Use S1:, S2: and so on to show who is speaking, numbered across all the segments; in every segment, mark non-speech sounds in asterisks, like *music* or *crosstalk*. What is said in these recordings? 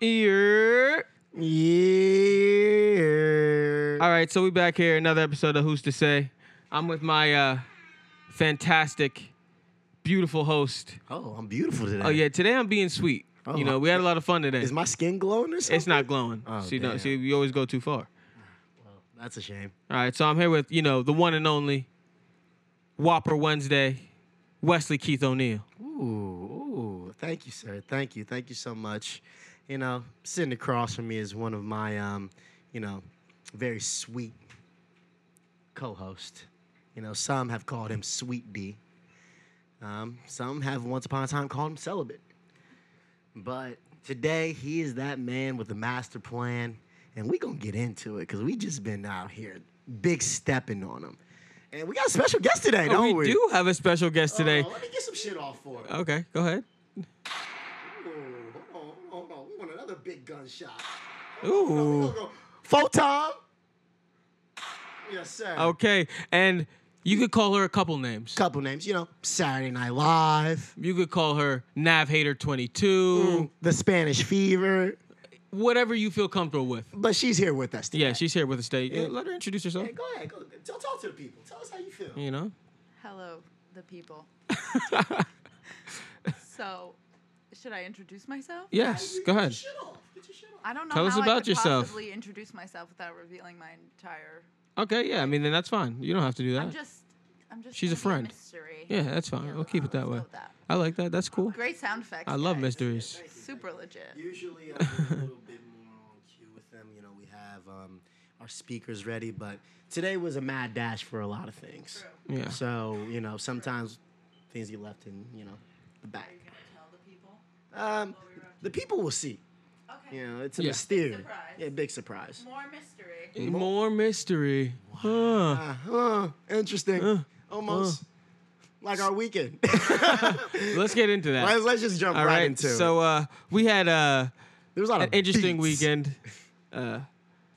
S1: Yeah.
S2: Yeah.
S1: All right, so we back here another episode of Who's to Say. I'm with my uh fantastic, beautiful host.
S2: Oh, I'm beautiful today.
S1: Oh yeah, today I'm being sweet. you know, we had a lot of fun today.
S2: Oh. Is my skin glowing or something?
S1: it's not glowing.
S2: Oh,
S1: see, no,
S2: damn.
S1: see, you always go too far.
S2: That's a shame.
S1: All right, so I'm here with you know the one and only Whopper Wednesday, Wesley Keith O'Neal.
S2: Ooh, ooh. Thank you, sir. Thank you. Thank you so much. You know, sitting across from me is one of my, um, you know, very sweet co-host. You know, some have called him Sweet D. Um, some have once upon a time called him celibate. But today he is that man with the master plan, and we gonna get into it because we just been out here big stepping on him. And we got a special guest today,
S1: Oh,
S2: don't
S1: we do have a special guest today.
S2: Oh, let me get some shit off for him.
S1: Okay, go ahead.
S2: Ooh, Mm, hold on, hold on. We want another big gunshot.
S1: Ooh.
S2: Photon. Yes, sir.
S1: Okay, and you could call her a couple names.
S2: Couple names, you know, Saturday Night Live,
S1: You could call her Nav Hater 22,
S2: The Spanish Fever,
S1: whatever you feel comfortable with.
S2: but she's here with us today.
S1: Yeah, she's here with us today. Yeah, Let her introduce herself.
S2: Hey, go ahead, go. Tell, talk to the people. Tell us how you feel.
S1: You know?
S3: Hello,
S1: *laughs*
S3: the people. so, should I introduce myself?
S1: Yes, go ahead.
S2: Get your shit off. Get your shit off.
S3: I don't know
S1: Tell
S3: how
S1: us
S3: I
S1: about
S3: could
S1: yourself.
S3: possibly introduce myself without revealing my entire.
S1: Okay, yeah, I mean, then that's fine. You don't have to do
S3: I'm
S1: that.
S3: just. I'm just.
S1: She's a
S3: gonna be
S1: friend.
S3: mystery.
S1: Yeah, that's fine.
S3: Yeah,
S1: We'll keep it that
S3: let's go
S1: way.
S3: with that.
S1: I like that. That's cool.
S3: Great sound effects.
S1: I love
S3: guys.
S1: mysteries.
S3: Super legit.
S2: Usually I'm a little bit more on cue with them. You know, we have um, our speakers ready, but today was a mad dash for a lot of things.
S1: Yeah.
S2: So, you know, sometimes things get left in, you know, the back.
S3: Tell the people.
S2: Um, the people will see.
S3: Okay.
S2: You know, it's a
S1: Yeah.
S2: mysterious.
S3: Surprise.
S2: Yeah, big surprise.
S3: More mystery.
S1: More mystery. Huh.
S2: Uh, huh, interesting.
S1: Uh,
S2: Almost like our
S1: *laughs*
S2: weekend.
S1: Let's get into that.
S2: let's, let's just jump
S1: All
S2: right
S1: right.
S2: into
S1: So
S2: it.
S1: uh, we had uh,
S2: There was a lot
S1: an
S2: of
S1: interesting
S2: beats.
S1: weekend. Uh,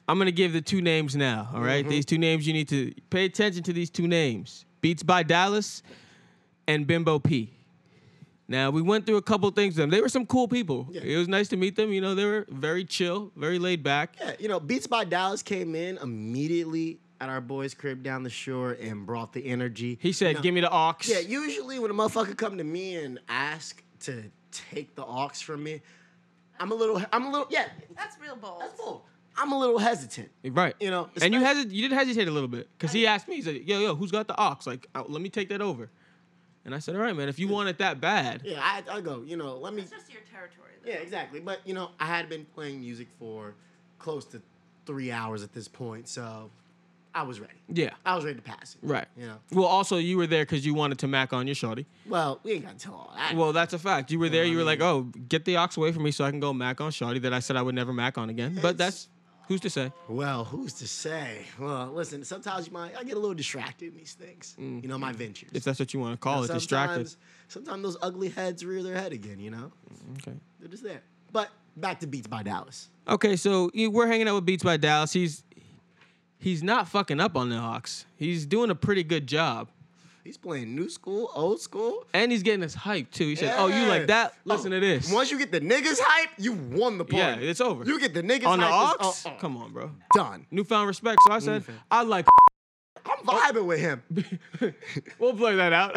S1: I'm gonna give the two names now. All right?
S2: Mm-hmm.
S1: these two names you need to pay attention to. These two names: Beats by Dallas and Bimbo P. Now we went through a couple things. With them they were some cool people.
S2: Yeah.
S1: It was nice to meet them. You know, they were very chill, very laid back.
S2: Yeah, you know, Beats by Dallas came in immediately at our boy's crib down the shore and brought the energy.
S1: He said, "Give me the ox."
S2: Yeah, usually when a motherfucker come to me and ask to take the aux from me, I'm a little, I'm a little, yeah,
S3: That's real bold.
S2: that's bold. I'm a little hesitant.
S1: Right.
S2: You know,
S1: and you
S2: especially-
S1: hesit- you did hesitate a little bit because he asked me, he said, "Yo, yo, who's got the ox? Like, uh, let me take that over." And I said, "All right, man, if you want it that bad,
S2: Yeah, I, I go, you know, let me.
S3: It's just your territory. Though.
S2: Yeah, exactly. But you know, I had been playing music for close to three hours at this point, so I was ready.
S1: yeah,
S2: I was ready to pass it.
S1: right."
S2: You know.
S1: Well, also you were there because you wanted to mac on your shorty.
S2: Well, we ain't gotta tell all that.
S1: Well, that's a fact. You were there.
S2: I
S1: You were like,
S2: mean-
S1: "Oh, get the ox away from me so I can go mac on shorty that I said I would never mac on again." But
S2: It's-
S1: that's who's to say?
S2: Well, who's to say? Well, listen. Sometimes you might. I get a little distracted in these things. You know, my ventures.
S1: If that's what you want to call it,
S2: sometimes,
S1: Mm. distracted.
S2: Sometimes those ugly heads rear their head again. You know,
S1: Okay.
S2: they're just there. But back to Beats by Dallas.
S1: Okay, so you- we're hanging out with Beats by Dallas. He's he's not fucking up on the ox. He's doing a pretty good job.
S2: He's playing new school, old school.
S1: And he's getting us hyped too. He said, "Oh, you like that?
S2: Yeah.
S1: Listen to
S2: Oh,
S1: this."
S2: Once you get the niggas hype, you won the party.
S1: Yeah, it's over.
S2: You get the niggas
S1: on the
S2: hype, it's-
S1: ox?
S2: oh, oh,
S1: Come on, bro.
S2: done.
S1: Newfound respect. So I said,
S2: Newfound.
S1: "I
S2: *laughs*
S1: like."
S2: I'm vibing
S1: *laughs*
S2: with him.
S1: We'll blur that *laughs* out.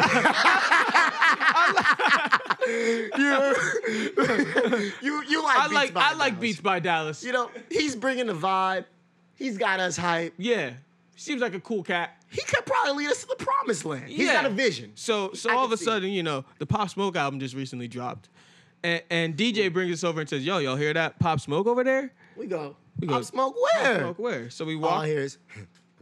S2: you, *laughs* you, you like
S1: I
S2: Beats
S1: like
S2: by
S1: I like
S2: Dallas.
S1: Beats by Dallas.
S2: You know, he's bringing the vibe. He's got us hype.
S1: yeah, seems like a cool cat.
S2: He could probably lead us to the promised land. He's
S1: Yeah.
S2: got a vision.
S1: So so
S2: I
S1: all of
S2: can
S1: a
S2: see
S1: sudden, you know, the Pop Smoke album just recently dropped, and, and DJ brings us over and says, "Yo, y'all hear that Pop Smoke over there?
S2: We go.
S1: We go-
S2: Pop Smoke
S1: Pop
S2: where?
S1: Smoke where?" So we
S2: All
S1: walk.
S2: Oh, I hear is, *laughs*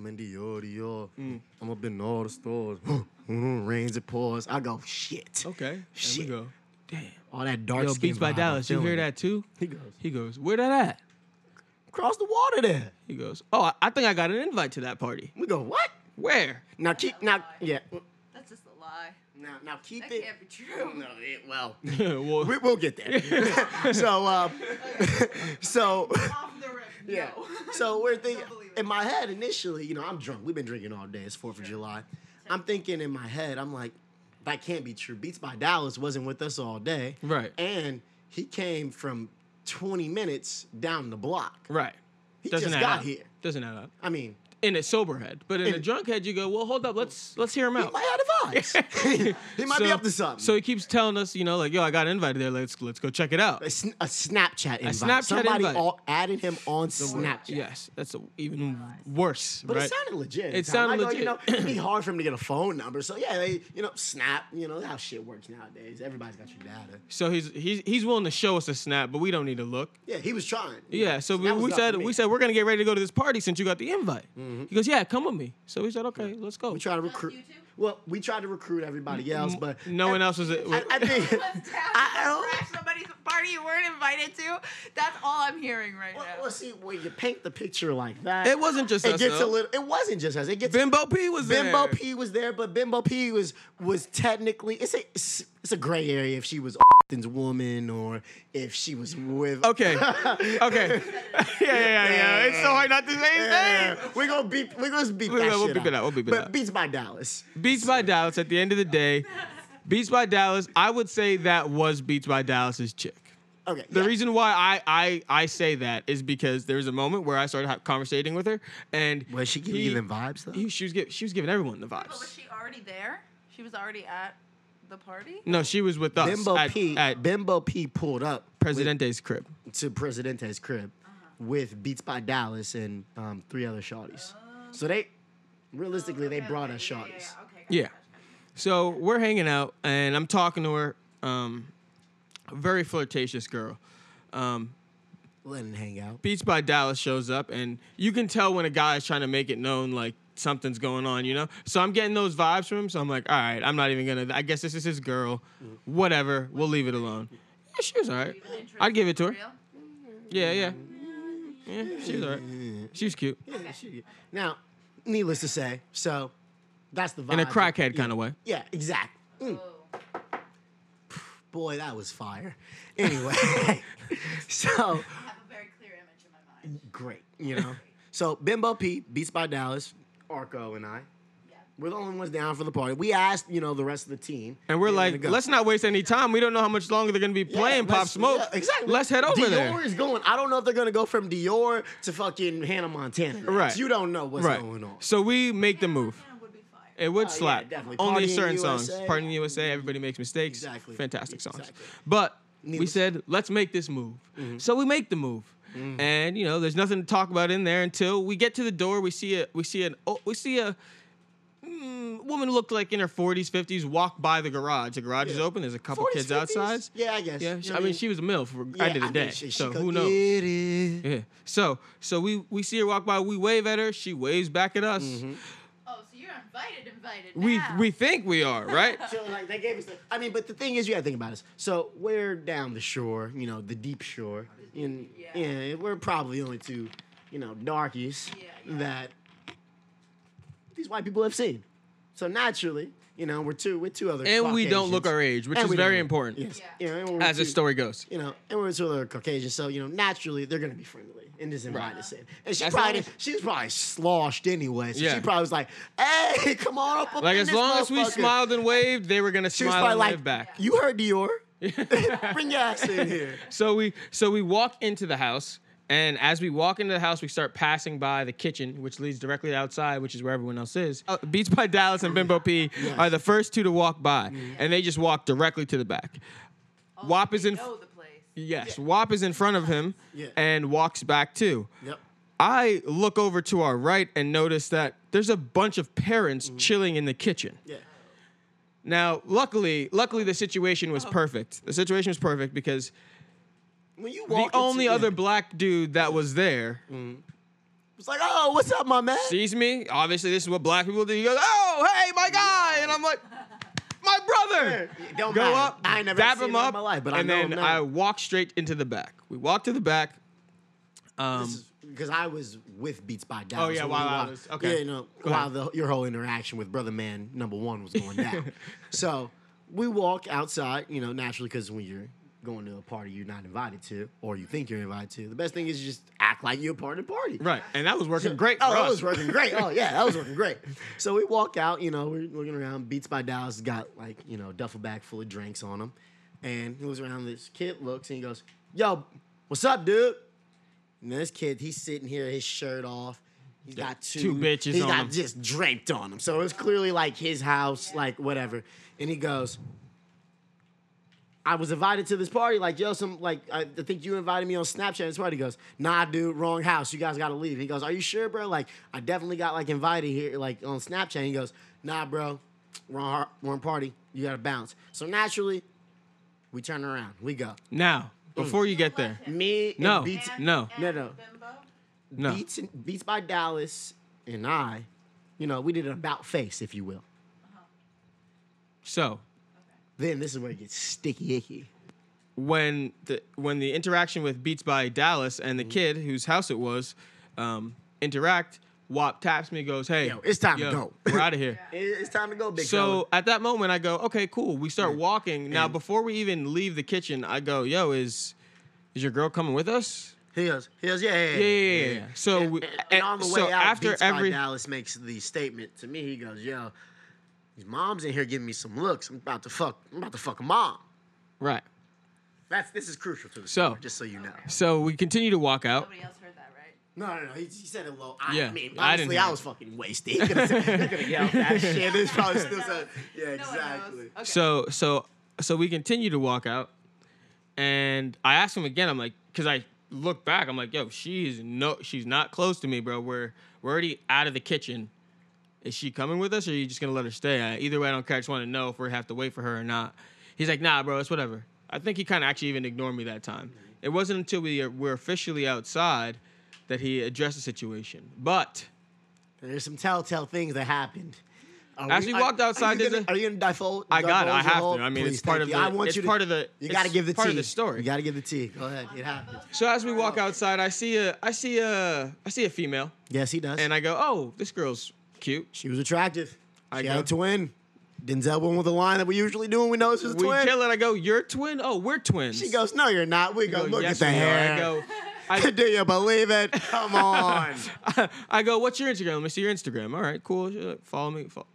S2: Mm. I'm in Dior, Dior. I'm up in all the stores. *laughs* Rains it pours. I go, shit.
S1: okay, and we
S2: Shit.
S1: go.
S2: All that dark
S1: Yo,
S2: skin
S1: Beats by
S2: vibe, I'm
S1: Dallas. You
S2: feeling
S1: hear
S2: it.
S1: that too?
S2: He goes,
S1: He goes, "Where that at?"
S2: cross the water there.
S1: He goes, "Oh, I, I think I got an invite to that party.
S2: We go, what?
S1: Where?" *laughs*
S2: Now keep now yeah.
S3: That's just a lie.
S2: Now now keep
S3: That
S2: it.
S3: can't be true.
S2: No, it, well, *laughs*
S1: well,
S2: we, we'll get *laughs* there. so uh, so *laughs*
S3: *laughs* Off the rip.
S2: yeah.
S3: *laughs* No.
S2: So we're thinking
S3: Don't believe it.
S2: in my head initially. You know, I'm drunk. We've been drinking all day. It's Fourth of July. I'm thinking in my head. I'm like, that can't be true. Beats by Dallas wasn't with us all day.
S1: Right.
S2: And he came from 20 minutes down the block.
S1: Right.
S2: He
S1: Doesn't
S2: just
S1: add
S2: got
S1: up.
S2: here.
S1: Doesn't add up.
S2: I mean,
S1: In a sober head, but in, a
S2: In-
S1: drunk head, you go, well, hold up, let's let's hear him
S2: he
S1: out.
S2: might have
S1: *laughs*
S2: the vibes. *laughs* he might be
S1: So-
S2: up to something.
S1: So he keeps telling us, you know, like, yo, I got invited there. Let's let's go check it out.
S2: a, sn- a Snapchat invite.
S1: Snapchat
S2: Somebody
S1: invite.
S2: all- added him on Snapchat.
S1: Yes, that's a, even worse.
S2: But
S1: right?
S2: it sounded legit.
S1: It
S2: at the time.
S1: sounded
S2: I go, You know,
S1: legit.
S2: it'd be hard for him to get a phone number. So yeah, they, you know, Snap. You know how shit works nowadays. Everybody's got your data.
S1: So he's he's he's willing to show us a snap, but we don't need to look.
S2: Yeah, he was trying.
S1: Yeah. So we,
S2: that was
S1: we
S2: up to
S1: said
S2: me. Mm-hmm.
S1: we said we're gonna get ready to go to this party since you got the invite. He goes, yeah, come with me. So we said, okay, let's go.
S2: we tried to recruit.
S3: you two?
S2: Well, we tried to recruit everybody else, but
S1: no one else was.
S2: I, I think.
S3: Let's tap
S2: I don't-
S3: crash somebody's party you weren't invited to. That's all I'm hearing right
S2: Well,
S3: now.
S2: well, see, when you paint the picture like that,
S1: It wasn't just
S2: it
S1: us,
S2: gets a
S1: though.
S2: little. It wasn't just us. It gets
S1: Bimbo P was there.
S2: Bimbo P was there, but Bimbo P was was technically it's a it's, it's a gray area if she was Austin's woman or if she was with. *laughs*
S1: Okay. *laughs* Okay. yeah, yeah, yeah, yeah. It's so hard not to say his
S2: Yeah,
S1: name.
S2: we're gonna beep. We're gonna beep
S1: We'll-
S2: that
S1: we'll
S2: shit
S1: beep
S2: out.
S1: it out, we'll beep it
S2: but
S1: out.
S2: Beats by Dallas.
S1: Beats by Dallas. At the end of the day, Beats by Dallas. I would say that was Beats by Dallas's chick.
S2: Okay.
S1: The
S2: yeah.
S1: reason why I, I I say that is because there was a moment where I started ha- conversating with her, and
S2: Was she giving
S1: he-
S2: you them vibes though?
S1: he- she was give, she was giving everyone the
S3: But was
S1: vibes.
S3: she already there? She was already at the party?
S1: No, she was with us
S2: Bimbo
S1: at,
S2: P.
S1: at
S2: Bimbo P. pulled up
S1: Presidente's crib.
S2: with- to Presidente's crib with Beats by Dallas and um, three other shorties. So they, realistically, they brought us
S3: Yeah, yeah,
S2: shorties.
S3: yeah. Okay, gotcha,
S1: Yeah.
S3: gotcha, gotcha.
S1: So we're hanging out, and I'm talking to her. Um, very flirtatious girl. Um,
S2: Letting hang out.
S1: Beats by Dallas shows up, and you can tell when a guy is trying to make it known, like something's going on, you know. So I'm getting those vibes from him. So I'm like, all right, I'm not even gonna. I guess this is his girl.
S2: Mm.
S1: Whatever, we'll leave it alone. Yeah, she was all right.
S3: Even interest
S1: I'd give it to her.
S3: Real?
S1: Yeah, yeah. Yeah, she was all right. She was cute
S2: Yeah, she- Now, needless to say, so that's the vibe.
S1: in a crackhead kind of way.
S2: Yeah, exactly.
S1: Hmm.
S2: Mm,
S3: Oh.
S2: boy, that was fire. Anyway, *laughs* so
S3: I have a very clear image in my mind.
S2: great, you know. *laughs* So Bimbo P, Beats by Dallas, Arco, and I.
S3: Yeah.
S2: We're the only ones down for the party. We asked, you know, the rest of the team.
S1: And we're
S2: they wanna
S1: like,
S2: go.
S1: let's not waste any time. We don't know how much longer they're gonna be
S2: Yeah,
S1: playing Pop
S2: let's-
S1: Smoke.
S2: yeah, exactly.
S1: Let's head over
S2: Dior
S1: there.
S2: is going. I don't know if they're gonna go from Dior to fucking Hannah Montana.
S1: Right.
S2: You don't know what's
S1: Right.
S2: going on.
S1: So we make the move.
S3: Hannah would be fire.
S1: It would
S2: Oh, yeah,
S1: slap.
S2: definitely. Party
S1: Only
S2: in
S1: certain songs.
S2: USA.
S1: Party in the USA, everybody makes mistakes.
S2: Mm-hmm. Exactly.
S1: Fantastic songs.
S2: Exactly.
S1: But we
S2: Needless- Mm-hmm.
S1: said, let's make this move. So we make the move. And you know, there's nothing to talk about in there until we get to the door. We see a we see an oh, we see a mm, woman who looked like in her 40s, 50s walk by the garage. The garage is
S2: Yeah.
S1: open. There's a couple
S2: 40s,
S1: kids
S2: 50s?
S1: outside.
S2: Yeah, I guess.
S1: Yeah,
S2: You
S1: she-
S2: know
S1: I
S2: what
S1: mean, she was a milf for end of
S2: Yeah,
S1: the
S2: I mean,
S1: day.
S2: she- she
S1: so
S2: could
S1: who knows?
S2: get it.
S1: Yeah. So so we we see her walk by. We wave at her. She waves back at us.
S2: Mm-hmm.
S3: Oh, so you're invited, invited.
S1: We
S3: now.
S1: we think we are right.
S2: So like they gave us. The, I mean, but the thing is, you gotta think about this. So we're down the shore, you know, the deep shore, and yeah,
S3: Yeah.
S2: we're probably the only two, you know, darkies
S3: Yeah, yeah.
S2: that these white people have seen. So naturally, you know, we're two, we're two other,
S1: And we don't look
S2: Caucasians.
S1: our age, which
S2: And
S1: is
S2: we don't
S1: very
S2: look-
S1: important.
S2: Yes.
S3: Yeah.
S2: You know, and we're
S1: As the
S2: two-
S1: story goes.
S2: You know, and we're two other Caucasians, so you know, naturally they're gonna be friendly and just invite
S1: Right.
S2: us in. And she
S1: As long
S2: probably
S1: as-
S2: she was probably sloshed anyway, so
S1: Yeah.
S2: she probably was like, "Hey, *laughs* come on up." up
S1: Like
S2: in
S1: as
S2: this
S1: long as we
S2: motherfucker."
S1: smiled and waved, they were gonna
S2: She was
S1: smile
S2: probably
S1: and
S2: like,
S1: wave back.
S2: "You
S1: *laughs*
S2: heard Dior? Bring your ass in here."
S1: So we so we walk into the house, and as we walk into the house, we start passing by the kitchen, which leads directly outside, which is where everyone else is.
S2: Oh.
S1: Uh, Beats by Dallas and Bimbo P are the first two to walk by, and they just walk directly to the back.
S3: Oh,
S1: WAP
S3: they
S1: is in.
S3: know the place.
S1: Yes, WAP is in front of him
S2: Yeah.
S1: and walks back too.
S2: Yep.
S1: I look over to our right and notice that there's a bunch of parents
S2: Mm.
S1: chilling in the kitchen.
S2: Yeah.
S1: Now, luckily, luckily the situation
S2: Oh.
S1: was perfect. The situation was perfect because
S2: When you
S1: the
S2: walk,
S1: only
S2: into-
S1: other
S2: yeah.
S1: black dude that was there
S2: Mm. it's like, "Oh, what's up, my man?"
S1: sees me. Obviously, this is what black people do. He goes, "Oh, hey, my guy," and I'm like, "My brother."
S2: It don't
S1: Go
S2: matter.
S1: up,
S2: I ain't never
S1: dab
S2: seen
S1: him
S2: him
S1: up,
S2: in my life, but I
S1: and
S2: know
S1: then
S2: him
S1: I
S2: now.
S1: walk straight into the back. We walk to the back. Um,
S2: because I was with Beats by Dallas.
S1: Oh, yeah,
S2: when
S1: while
S2: we
S1: I
S2: walked-
S1: was- okay.
S2: Yeah, you know,
S1: Go
S2: while the, your whole interaction with Brother Man number one was
S1: *laughs*
S2: going down. so we walk outside, you know, naturally, because when you're going to a party you're not invited to, or you think you're invited to, the best thing is you just act like you're a part of the party.
S1: right, and that was working great.
S2: Oh,
S1: for
S2: that
S1: us.
S2: was working great. Oh, yeah, that was
S1: *laughs*
S2: working great. So we walk out, you know, we're looking around. Beats by Dallas got like, you know, duffel bag full of drinks on him. And he looks around, this kid looks and he goes, Yo, What's up, dude? And this kid, he's sitting here, his shirt off. He's got two,
S1: two bitches
S2: He's
S1: on
S2: got
S1: him.
S2: just draped on him. So it's clearly like his house, like whatever. And he goes, I was invited to this party. Like, yo, some like I I think you invited me on Snapchat. to This party He goes, nah, dude, wrong house. You guys gotta leave. He goes, are you sure, bro? Like, I definitely got like invited here, like on Snapchat. He goes, nah, bro, wrong har- wrong party. You gotta bounce. So naturally, we turn around. We go.
S1: Now,
S2: Mm.
S1: before you get there,
S2: Me
S1: No.
S2: and Beats,
S1: No. Oh.
S2: No, no.
S1: no.
S2: Beats and- Beats by Dallas and I, you know, we did an about face, if you will.
S1: So
S2: Then this is where it gets sticky icky.
S1: when the when the interaction with Beats by Dallas and the
S2: Mm.
S1: kid whose house it was um, interact, WAP taps me, goes, "Hey,
S2: Yo, it's time to go."
S1: we're out of here."
S2: It- It's time to go, big
S1: So at that moment, I go, "Okay, cool." We start walking. Now, before we even leave the kitchen, I go, "Yo, is is your girl coming with us?"
S2: He goes, he goes, yeah,
S1: Yeah,
S2: yeah,
S1: yeah, yeah. So
S2: and,
S1: we,
S2: and- and on the
S1: so
S2: way out,
S1: after
S2: Beats
S1: every
S2: by Dallas makes the statement to me. He goes, "Yo, these moms in here giving me some looks. I'm about to fuck. I'm about to fuck a mom.
S1: right,
S2: That's this is crucial to the
S1: So-
S2: story, just so you know.
S1: so we continue to walk out.
S3: Nobody else heard that, right?
S2: No, no, no. He, he said it low. I
S1: Yeah,
S2: mean,
S1: I
S2: honestly,
S1: didn't
S2: I,
S1: hear
S2: was fucking wasted. *laughs* He could have yelled that shit. It's probably still *laughs* said, yeah,
S3: No one knows.
S2: exactly.
S3: Okay. *laughs*
S1: So so so we continue to walk out, and I asked him again. I'm like, because I look back, I'm like, yo, she's no, she's not close to me, bro. We're we're already out of the kitchen. Is she coming with us, or are you just gonna let her stay? I, either way, I don't care. I just want to know if we have to wait for her or not. He's like, nah, bro, it's whatever. I think he kind of actually even ignored me that time. It wasn't until we uh, were officially outside that he addressed the situation. But
S2: There's some telltale things that happened. Are
S1: As we walked outside,
S2: are you
S1: there's
S2: gonna,
S1: a-
S2: are you gonna divulge?
S1: I got it. I
S2: divulge the
S1: have
S2: whole-
S1: to. I mean,
S2: Please,
S1: it's part
S2: thank
S1: of
S2: you.
S1: the-
S2: I want
S1: it's
S2: you to-
S1: part of the-
S2: You gotta
S1: it's
S2: give the
S1: part of
S2: tea.
S1: the story.
S2: You gotta give the tea. Go ahead. It happens.
S1: so as we walk outside, I see a I see a I see a female,
S2: Yes, he does.
S1: and I go, oh, this girl's cute.
S2: She was attractive.
S1: I
S2: she
S1: go-
S2: had a twin. Denzel went with a line that we usually do when we know it's his
S1: we
S2: twin.
S1: kill it. I go, you're twin. Oh, we're twins.
S2: She goes, "No, you're not." We go,
S1: I go,
S2: "Look
S1: "Yes,
S2: at the
S1: we are."
S2: hair."
S1: I go,
S2: *laughs* do you believe it?
S1: *laughs*
S2: Come on. *laughs*
S1: I, I go, what's your Instagram? Let me see your Instagram. All right, cool. She's like, Follow me. Follow.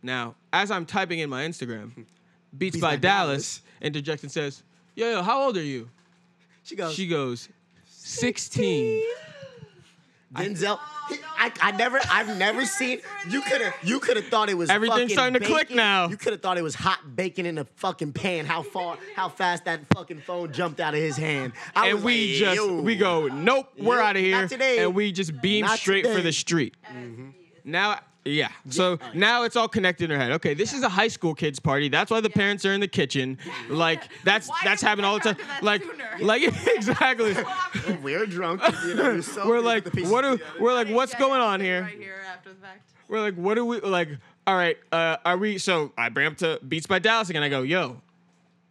S1: Now, as I'm typing in my Instagram, Beats, by,
S2: by
S1: Dallas, interjects and says, yo, yo, how old are you?
S2: she goes,
S1: She goes, 16.
S2: Denzel. I, I never, I've never seen. You could have, you could have thought it was.
S1: Everything's
S2: fucking
S1: starting to click
S2: bacon.
S1: now.
S2: You could have thought it was hot bacon in a fucking pan. How far, how fast that fucking phone jumped out of his hand. I
S1: And
S2: was
S1: we just,
S2: like, "Yo."
S1: we go, nope, we're
S2: Nope,
S1: out of here.
S2: not today.
S1: And we just beam
S2: Not
S1: straight for
S2: today.
S1: the street. Now, yeah. So now it's all connected in her head. Okay, this is a high school kids party. That's why the parents are in the kitchen. Like that's
S3: Why
S1: that's
S3: didn't
S1: happening
S3: I
S1: all the
S3: come
S1: time.
S3: to that
S1: Like
S3: sooner?
S1: *laughs* like exactly.
S2: We're drunk. You
S1: *laughs*
S2: know, we're, so
S1: We're
S2: good
S1: like,
S2: with the pieces
S1: what are
S2: together.
S1: we're like, what's going on here?
S3: Right here after the fact.
S1: We're like, what do we like? All right, uh, are we? So I bring up to Beats by Dallas again. I go, yo,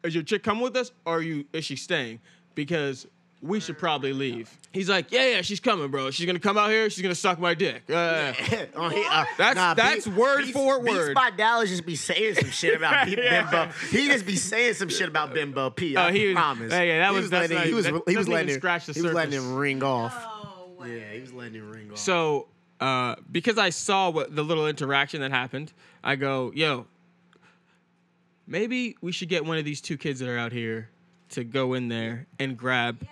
S1: is your chick coming with us, or are you? Is she staying? Because we should probably leave. He's like, yeah, yeah, she's coming, bro. She's gonna come out here. She's gonna suck my dick. Uh,
S2: *laughs* Oh, he- uh,
S1: That's- that's word
S2: Beats-
S1: for
S2: Beats
S1: word.
S2: by Dallas just be saying some shit
S1: *laughs*
S2: about Bim-
S1: Yeah.
S2: Bimbo. He just be saying some shit about Bimbo P. I
S1: Oh, he was-
S2: promise.
S1: yeah, yeah, that
S2: he
S1: was- that's
S2: letting,
S1: not
S2: he
S1: even-
S2: was
S1: that
S2: he was
S1: doesn't
S2: letting
S1: even
S2: him,
S1: scratch the
S2: he was letting
S1: surface.
S2: him ring off.
S3: Oh,
S2: Yeah,
S3: wait.
S2: he was letting him ring off.
S1: So, uh, because I saw what the little interaction that happened, I go, yo, maybe we should get one of these two kids that are out here to go in there and grab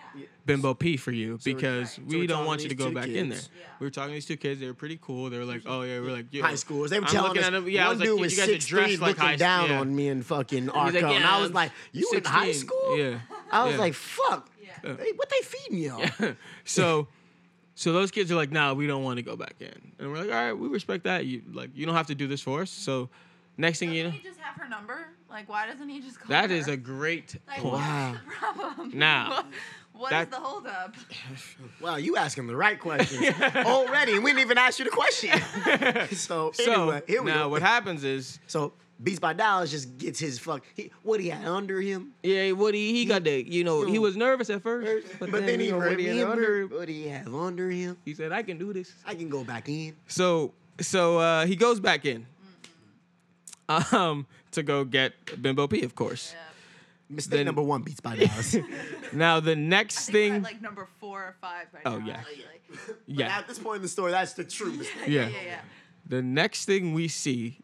S1: Bimbo P for you because we
S2: so
S1: don't
S2: we're talking
S1: want you to
S2: these
S1: go
S2: two
S1: back in there.
S2: kids.
S1: We were talking to these two kids. They were pretty cool. They were like, oh, yeah, we are like, yo.
S2: high schoolers. They were
S1: I'm
S2: telling
S1: looking
S2: us
S1: at them- yeah, I
S2: one
S1: was like,
S2: dude
S1: you
S2: was
S1: guys are
S2: six
S1: dressed
S2: three
S1: like high
S2: looking
S1: s-
S2: down
S1: yeah.
S2: on me in fucking Arco,
S1: He's like,
S2: and
S1: yeah,
S2: I was
S1: I'm
S2: like, "You in
S1: 16.
S2: high school?"
S1: Yeah.
S2: I was
S1: yeah.
S2: like, "Fuck,
S3: Yeah.
S2: They- what they feeding y'all?"
S1: *laughs* so so those kids are like nah we don't want to go back in and we're like all right we respect that you like you don't have to do this for us so next thing
S3: Doesn't
S1: you know
S3: he just have her number? Like, why doesn't he just call
S1: that is
S3: her?
S1: a great
S3: *laughs* Like,
S1: point
S2: Wow.
S3: what's the problem?
S1: Now,
S3: *laughs* What- what is
S1: that- *laughs*
S3: the holdup?
S2: Wow, you asking the right questions already, and we didn't even ask you the question.
S1: *laughs*
S2: so,
S1: so
S2: anyway, here we
S1: now
S2: go.
S1: what happens is
S2: *laughs* So Beats by Dallas just gets his fuck. He, what he had under him,
S1: yeah woody he got the you know he was nervous at first
S2: but, then, he
S1: you know, Woody had it under
S2: remembered
S1: him.
S2: what he had under him.
S1: he said i can do this
S2: I can go back in.
S1: So so uh, he goes back in.
S3: Mm-hmm.
S1: Um, to go get Bimbo P, of course.
S2: Mistake
S1: Then-
S2: number one, Beats
S1: *laughs*
S2: by Dallas.
S1: Now the next
S3: Thing.
S1: thing,
S3: like number four or five right
S1: Oh,
S3: now.
S1: yeah.
S2: *laughs*
S3: Like,
S1: yeah,
S2: At this point in the story, that's the true mistake.
S1: yeah,
S3: yeah, yeah.
S1: The next thing we see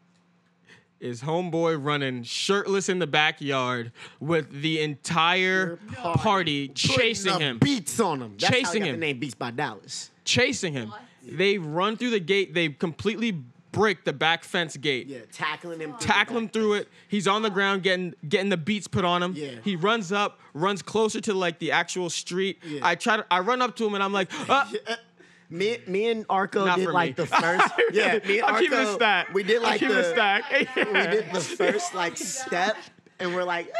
S1: is homeboy running shirtless in the backyard with the entire party, chasing
S2: Putting the
S1: him.
S2: Beats on him. That's how he
S1: Chasing
S2: got
S1: him.
S2: The name Beats by Dallas.
S1: chasing him.
S3: What?
S1: They run through the gate. They completely break the back fence gate.
S2: Yeah, tackling him.
S1: Tackle him through it. He's on the ground getting getting the beats put on him.
S2: Yeah.
S1: He runs up, runs closer to like the actual street.
S2: Yeah.
S1: I try to I run up to him and I'm like, uh,
S2: Me, me and Arco
S1: Not
S2: did
S1: for
S2: like
S1: me. *laughs*
S2: the first. *laughs* yeah, me and
S1: I'm keeping a
S2: Arco,
S1: stack.
S2: We did
S1: I'm
S2: like
S1: keeping
S2: the
S1: a stack.
S2: *laughs* we
S1: *laughs*
S2: did the first like step, and we're like,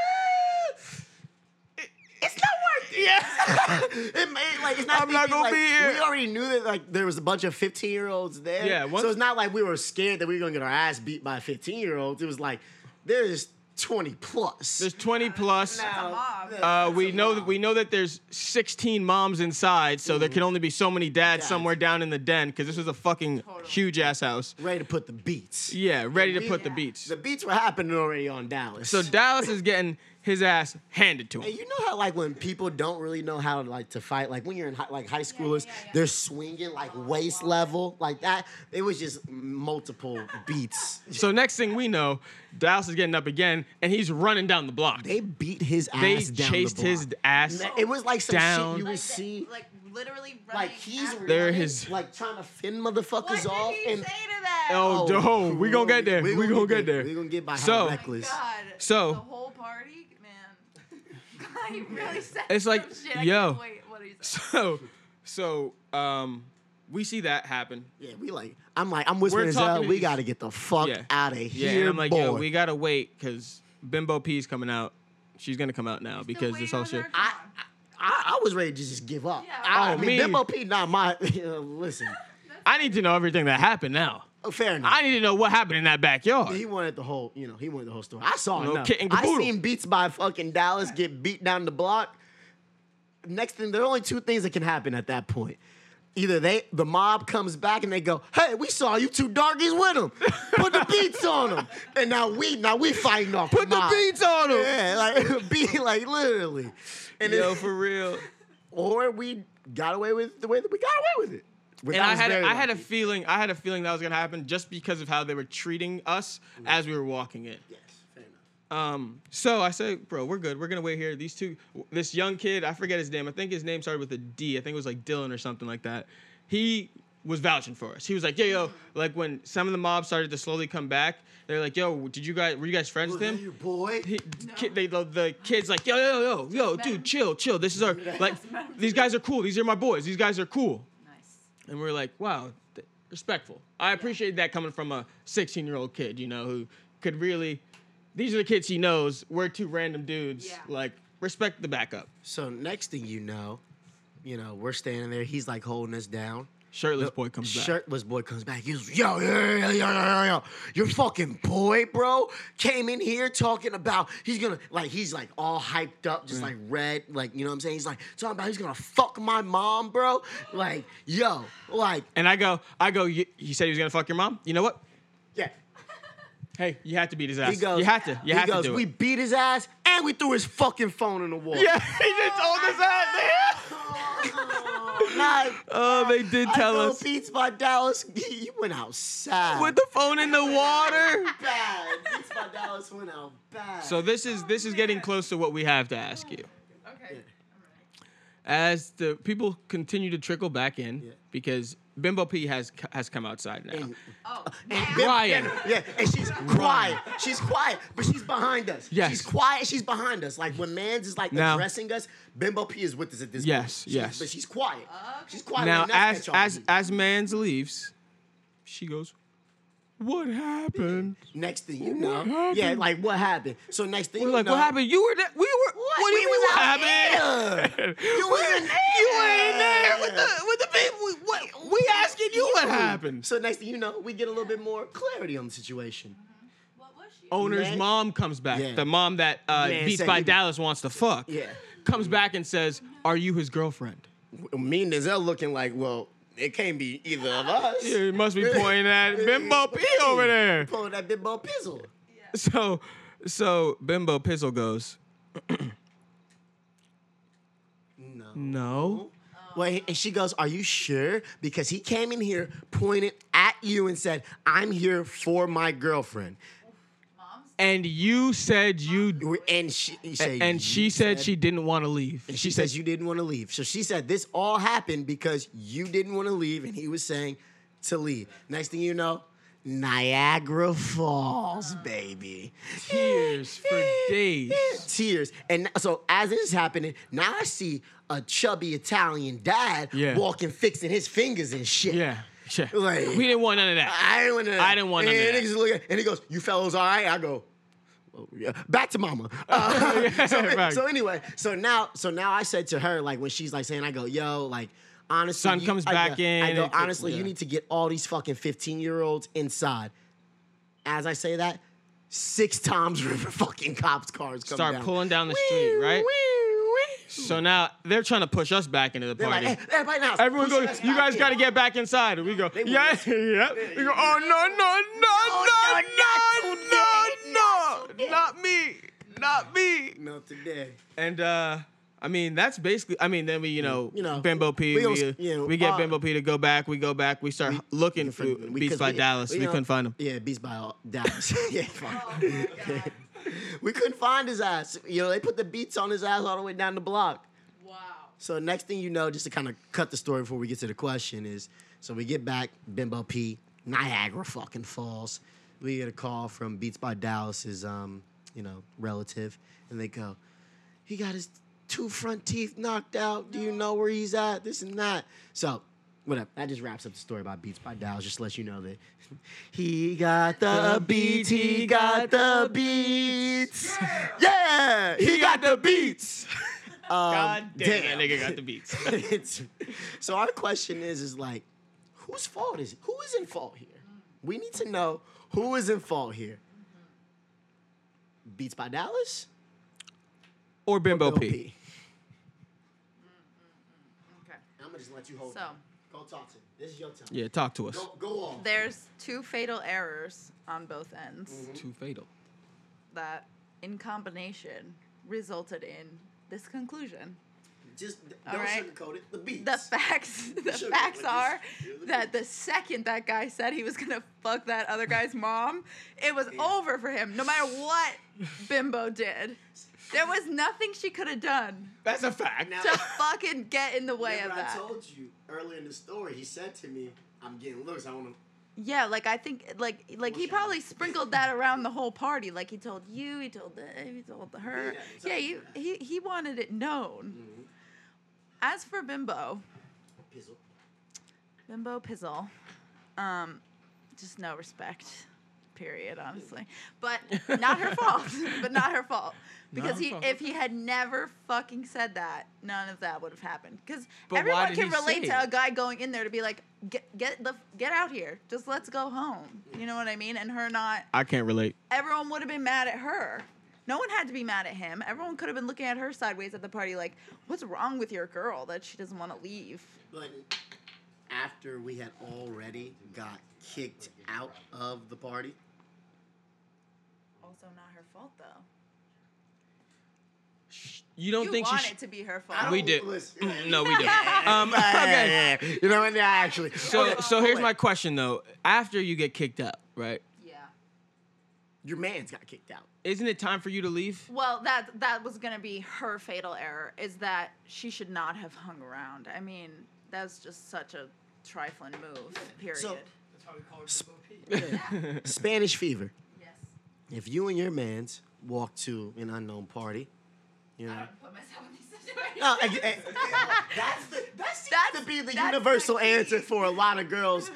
S2: "Ah, it's not worth it. *laughs* it made, like it's not.
S1: I'm not
S2: even,
S1: gonna
S2: like,
S1: be here.
S2: We already knew that like there was a bunch of 15 year olds there.
S1: Yeah, once-
S2: so it's not like we were scared that we were gonna get our ass beat by 15 year olds. It was like there's 20 plus.
S1: There's 20 plus.
S3: a mob.
S1: Uh, we know that we know that there's 16 moms inside, so there can only be so many dads
S2: Mm. Dads.
S1: somewhere down in the den because this was a fucking huge ass house.
S2: ready to put the beats.
S1: Yeah, ready to
S2: We-
S1: put the beats.
S2: The beats were happening already on Dallas.
S1: So Dallas is getting his ass handed to
S2: Hey,
S1: him.
S2: you know how like when people don't really know how like to fight, like when you're in high, like high schoolers, they're swinging like waist level like that. It was just multiple beats.
S1: So next thing we know, Dallas is getting up again and he's running down the block.
S2: They beat his ass.
S1: They
S2: down
S1: chased
S2: the block.
S1: his ass.
S2: It was like some
S1: down. Like
S2: shit you would
S3: Like,
S2: see.
S3: like literally running.
S2: Like he's
S3: after
S1: There
S3: them.
S1: his-
S2: like trying to fin
S3: What
S2: motherfuckers
S3: did
S2: off
S3: he
S2: and
S3: say to that?
S1: Oh, no, we gonna get there. We gonna get there.
S2: We gonna get by
S1: So-
S2: how reckless.
S3: God.
S1: So-
S3: the whole party, man. *laughs* God, he really said
S1: It's like,
S3: some shit. I
S1: yo.
S3: can't wait. What he said.
S1: So, so um, we see that happen.
S2: Yeah, we like. I'm like. I'm whispering. to
S1: talking
S2: Zell,
S1: to
S2: we
S1: these-
S2: gotta get the fuck
S1: Yeah.
S2: out of
S1: Yeah,
S2: here,
S1: and I'm like,
S2: boy.
S1: yo, we gotta wait because Bimbo P's coming out. She's gonna come out now because this
S3: waiting
S1: whole
S3: on
S1: shit.
S3: her-
S2: I, I I was ready to just give up.
S3: Yeah.
S2: I, I
S1: Oh,
S2: mean,
S1: me.
S2: Bimbo P, not my. *laughs* listen,
S1: I need to know everything that happened now.
S2: fair enough.
S1: I need to know what happened in that backyard.
S2: he wanted the whole, you know, he wanted the whole story. I saw
S1: No
S2: enough.
S1: kit and
S2: I
S1: caboodle.
S2: seen Beats by fucking Dallas get beat down the block. Next thing, there are only two things that can happen at that point. Either they, the mob comes back and they go, "Hey, we saw you two darkies with them. Put the beats on them." And now we, now we fighting off.
S1: Put the
S2: mob.
S1: beats on him.
S2: Yeah, like *laughs* be like literally. And
S1: Yo,
S2: then,
S1: for real.
S2: or we got away with the way that we got away with it. But
S1: And
S2: that
S1: I
S2: was
S1: had
S2: very
S1: I had a
S2: lucky.
S1: feeling I had a feeling that was gonna happen just because of how they were treating us
S2: Mm.
S1: as we were walking in.
S2: Yes, fair enough.
S1: Um, so I say, bro, we're good. We're gonna wait here. These two, this young kid, I forget his name. I think his name started with a D. I think it was like Dylan or something like that. He was vouching for us. He was like, yo, yo, like when some of the mob started to slowly come back, they're like, yo, did you guys were you guys friends with
S2: Was that
S1: him?
S2: your boy.
S1: He, kid, they, the, the kids like, yo, yo, yo, yo, dude, chill, chill. This is our like, these guys are cool. These are my boys. These guys are cool.
S3: Nice.
S1: And we're like, wow, th- respectful. I appreciate that coming from a 16 year old kid, you know, who could really, these are the kids he knows. We're two random dudes.
S3: Yeah.
S1: Like, respect the backup.
S2: So next thing you know, you know, we're standing there. He's like holding us down.
S1: Shirtless boy comes back.
S2: Shirtless boy comes back. He's yo, yo, yo, yo, yo, yo, yo. Your fucking boy, bro, came in here talking about he's gonna like he's like all hyped up, just like red, like you know what I'm saying. He's like talking about he's gonna fuck my mom, bro. Like yo, like
S1: And I go, I go, "You- he said he was going to fuck your mom. You know what?
S2: yeah.
S1: Hey, you had to beat his ass.
S2: He goes.
S1: you had to. You
S2: he
S1: had
S2: goes.
S1: to do
S2: we
S1: it.
S2: beat his ass and we threw his fucking phone in the wall.
S1: *laughs*
S2: *laughs*
S1: Yeah, he just told us that.
S2: Nah,
S1: Oh, they did *laughs* tell
S2: I know
S1: us.
S2: Beats by Dallas. *laughs* He went outside.
S1: With the phone in the water.
S2: bad. Beats by Dallas went out
S1: *laughs*
S2: bad.
S1: So this is this is getting close to what we have to ask you.
S3: Okay.
S1: as the people continue to trickle back in
S2: Yeah.
S1: because Bimbo P has c- has come outside now.
S2: And- *laughs*
S3: Oh,
S2: and
S1: *laughs*
S3: now-
S1: crying.
S2: yeah, and she's quiet. She's quiet, but she's behind us.
S1: Yes.
S2: She's quiet. She's behind us. Like when Mans is like
S1: Now-
S2: addressing us, Bimbo P is with us at this
S1: Yes,
S2: point. She's-
S1: yes.
S2: But she's quiet. She's quiet.
S1: now
S2: Like, that's
S1: as
S2: y'all
S1: as
S2: need.
S1: as Mans leaves, she goes, "What happened?"
S2: next thing you know,
S1: happened?
S2: yeah, like what happened? So next thing
S1: We're
S2: *laughs* you
S1: like,
S2: know,
S1: "What happened? You were there. We were. What, do
S2: We
S1: you mean
S2: was
S1: what
S2: out
S1: happened? *laughs*
S2: You was in there.
S1: You were in there with the with the people. What, we asking you what happened?"
S2: So next thing you know, we get a little bit more clarity on the situation.
S3: What was she?
S1: Owner's
S2: Man-
S1: mom comes back.
S2: Yeah.
S1: The mom that uh,
S2: Man
S1: Beats
S2: said
S1: by
S2: he-
S1: Dallas wants to fuck.
S2: Yeah.
S1: Comes back and says, "Are you his girlfriend?"
S2: me and Denzel looking like, well, it can't be either of us.
S1: Yeah, you
S2: *laughs*
S1: must be pointing at Bimbo P over there.
S2: Pulling that bimbo pizzle.
S1: So, so Bimbo Pizzle goes,
S2: No.
S1: no.
S2: Wait, and she goes, "Are you sure?" Because he came in here, pointed at you, and said, "I'm here for my girlfriend."
S1: and you said you
S2: We- And she, you say
S1: and she
S2: you
S1: said she didn't want to leave.
S2: and she, says you didn't want to leave. So she said this all happened because you didn't want to leave, and he was saying to leave. Next thing you know, Niagara Falls, baby.
S1: tears for days.
S2: Tears. And so as this is happening, now I see a chubby Italian dad
S1: Yeah.
S2: walking, fixing his fingers and shit.
S1: Yeah, sure.
S2: Like-
S1: we didn't want none of
S2: *laughs*
S1: that.
S2: I didn't want to.
S1: I didn't want none of
S2: and
S1: that.
S2: niggas look at- and he goes, "You fellas, all right?" I go, "Oh, yeah." "Back
S1: *laughs*
S2: to mama." Uh,
S1: Yeah,
S2: so,
S1: right.
S2: so anyway, so now, so now I said to her, like when she's like saying, "I go, yo, like." Honestly,
S1: Son
S2: you-
S1: comes
S2: I
S1: back
S2: go, I
S1: in
S2: go,
S1: and-
S2: honestly, you
S1: yeah.
S2: need to get all these fucking 15 year olds inside. As I say that, six times *laughs* river fucking cops cars come
S1: Start
S2: down.
S1: pulling down the street, right? So now they're trying to push us back into the
S2: They're like,
S1: party.
S2: hey, everybody now.
S1: Everyone
S2: push
S1: goes,
S2: us
S1: you
S2: back
S1: guys
S2: in."
S1: got to get back inside. And we go,
S2: want
S1: yeah, *laughs*
S2: us-
S1: yeah. We go, oh, no, no, no, no, no, no, no, not me, not me.
S2: Not today.
S1: And uh, I mean, that's basically. I mean, then we, you know,
S2: You know,
S1: Bimbo P.
S2: we
S1: We,
S2: don't- you know,
S1: we get
S2: uh,
S1: Bimbo P to go back. We go back. We start looking for
S2: couldn't-
S1: Beats
S2: 'cause
S1: by Dallas. We,
S2: you know,
S1: couldn't find him.
S2: Yeah, Beats by all- Dallas. *laughs* yeah, fuck. *laughs* we couldn't find his ass. You know, they put the beats on his ass all the way down the block.
S3: Wow.
S2: So next thing you know, just to kind of cut the story before we get to the question is, so we get back Bimbo P, Niagara fucking Falls. We get a call from Beats by Dallas's, um, you know, relative, and they go, he got his two front teeth knocked out. Do you know where he's at? This and that. So, whatever. That just wraps up the story about Beats by Dallas. Just to let you know that *laughs* he got the beats. He got the beats. Yeah, he got the beats.
S1: God
S2: damn.
S1: damn, that nigga got the beats.
S2: It's- so our question is, is like, whose fault is it? Who is in fault here? We need to know who is in fault here. Beats by Dallas
S1: or Bimbo
S2: or
S1: P.
S2: P?
S3: Okay.
S2: I'm gonna just let you hold.
S3: So.
S2: it. go talk to. Him. This is your time.
S1: Yeah, talk to us.
S2: Go, go on.
S3: There's two fatal errors on both ends
S2: Mm-hmm.
S1: Too fatal.
S3: that, in combination, resulted in this conclusion.
S2: Just
S3: All
S2: don't
S3: right.
S2: sugarcoat it. The beats. *laughs*
S3: The facts, the
S2: Sugar,
S3: facts
S2: like
S3: are
S2: this- you're the
S3: that the second that guy said he was gonna fuck that
S2: *laughs*
S3: other guy's mom, it was over for him. No matter what Bimbo did, there was nothing she could have done
S1: That's a fact.
S2: Now-
S3: to
S2: *laughs*
S3: fucking get in the way of
S2: Remember I
S3: that.
S2: told you earlier in the story. He said to me, "I'm getting looks. I want to."
S3: Yeah, like I think, like like he
S2: Well,
S3: probably sprinkled that around the whole party. Like he told you, he told the, he told her. Yeah, Mm-hmm.
S2: exactly.
S3: he, he he wanted it known. As for Bimbo,
S2: Pizzle.
S3: Bimbo Pizzle, um, just no respect. Period. Honestly, but not her
S1: *laughs*
S3: fault. but not her fault because
S1: her
S3: he,
S1: fault.
S3: if he had never fucking said that, none of that would have happened. Because
S1: But why
S3: everyone
S1: did
S3: can
S1: he
S3: relate
S1: say
S3: to
S1: it?
S3: a guy going in there to be like, get get the get out here. Just let's go home. You know what I mean? And her not.
S1: I can't relate.
S3: Everyone would have been mad at her. No one had to be mad at him. Everyone could have been looking at her sideways at the party, like, what's wrong with your girl that she doesn't want to leave?
S2: But after we had already got kicked out of the party,
S3: Also, not her fault though.
S1: You don't
S3: You
S1: think she?
S3: want
S1: Sh-
S3: it to be her
S2: I
S3: fault.
S1: we
S2: don't-
S1: did.
S2: listen.
S1: Mm, no, we did.
S2: *laughs*
S1: Um, okay.
S2: Yeah, yeah, yeah. You know what? Oh, Yeah, actually.
S1: So,
S2: Okay,
S1: so here's
S2: wait.
S1: my question though. After you get kicked out, right?
S3: Yeah.
S2: Your man's got kicked out.
S1: Isn't it time for you to leave?
S3: Well, that that was gonna be her fatal error. Is that she should not have hung around. I mean, that's just such a trifling move. Period.
S2: So- Spanish fever.
S3: yes.
S2: If you and your man's walk to an unknown party, you know.
S3: Put myself in these *laughs* situations.
S2: No, I- I- I- *laughs* that's the, that seems
S3: That's-
S2: to be the
S3: that's the
S2: universal
S3: key.
S2: answer for a lot of girls.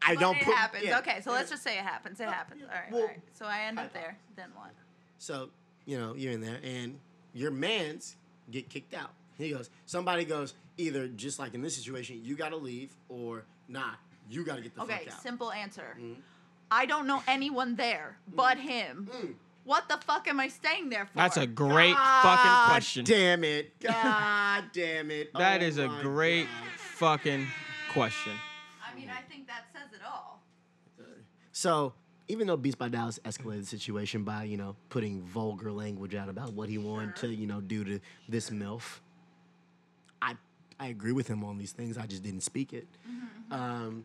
S2: I
S3: But
S2: don't
S3: it
S2: put.
S3: happens.
S2: yeah.
S3: Okay, so let's just say it happens. It happens. All right,
S2: well-
S3: all right. So I end up there. Then what?
S2: So, you know, you're in there and your man's get kicked out. He goes, somebody goes, either just like in this situation, you gotta leave or nah, you gotta get the
S3: Okay,
S2: fuck Mm-hmm. out.
S3: simple answer. I don't know anyone there but
S2: Mm-hmm.
S3: him.
S2: Mm.
S3: What the fuck am I staying there for?
S1: That's a great
S2: God
S1: fucking question.
S2: Ah,
S1: *laughs*
S2: Damn it. God damn it.
S1: That
S2: Oh
S1: is a
S2: my
S1: great fucking question.
S3: I mean, I think that says it all.
S2: So even though Beats by Dallas escalated the situation by you know putting vulgar language out about what he wanted to you know do to this milf, I I
S1: Mm-hmm.
S2: agree with him on these things. I just didn't speak it. Um,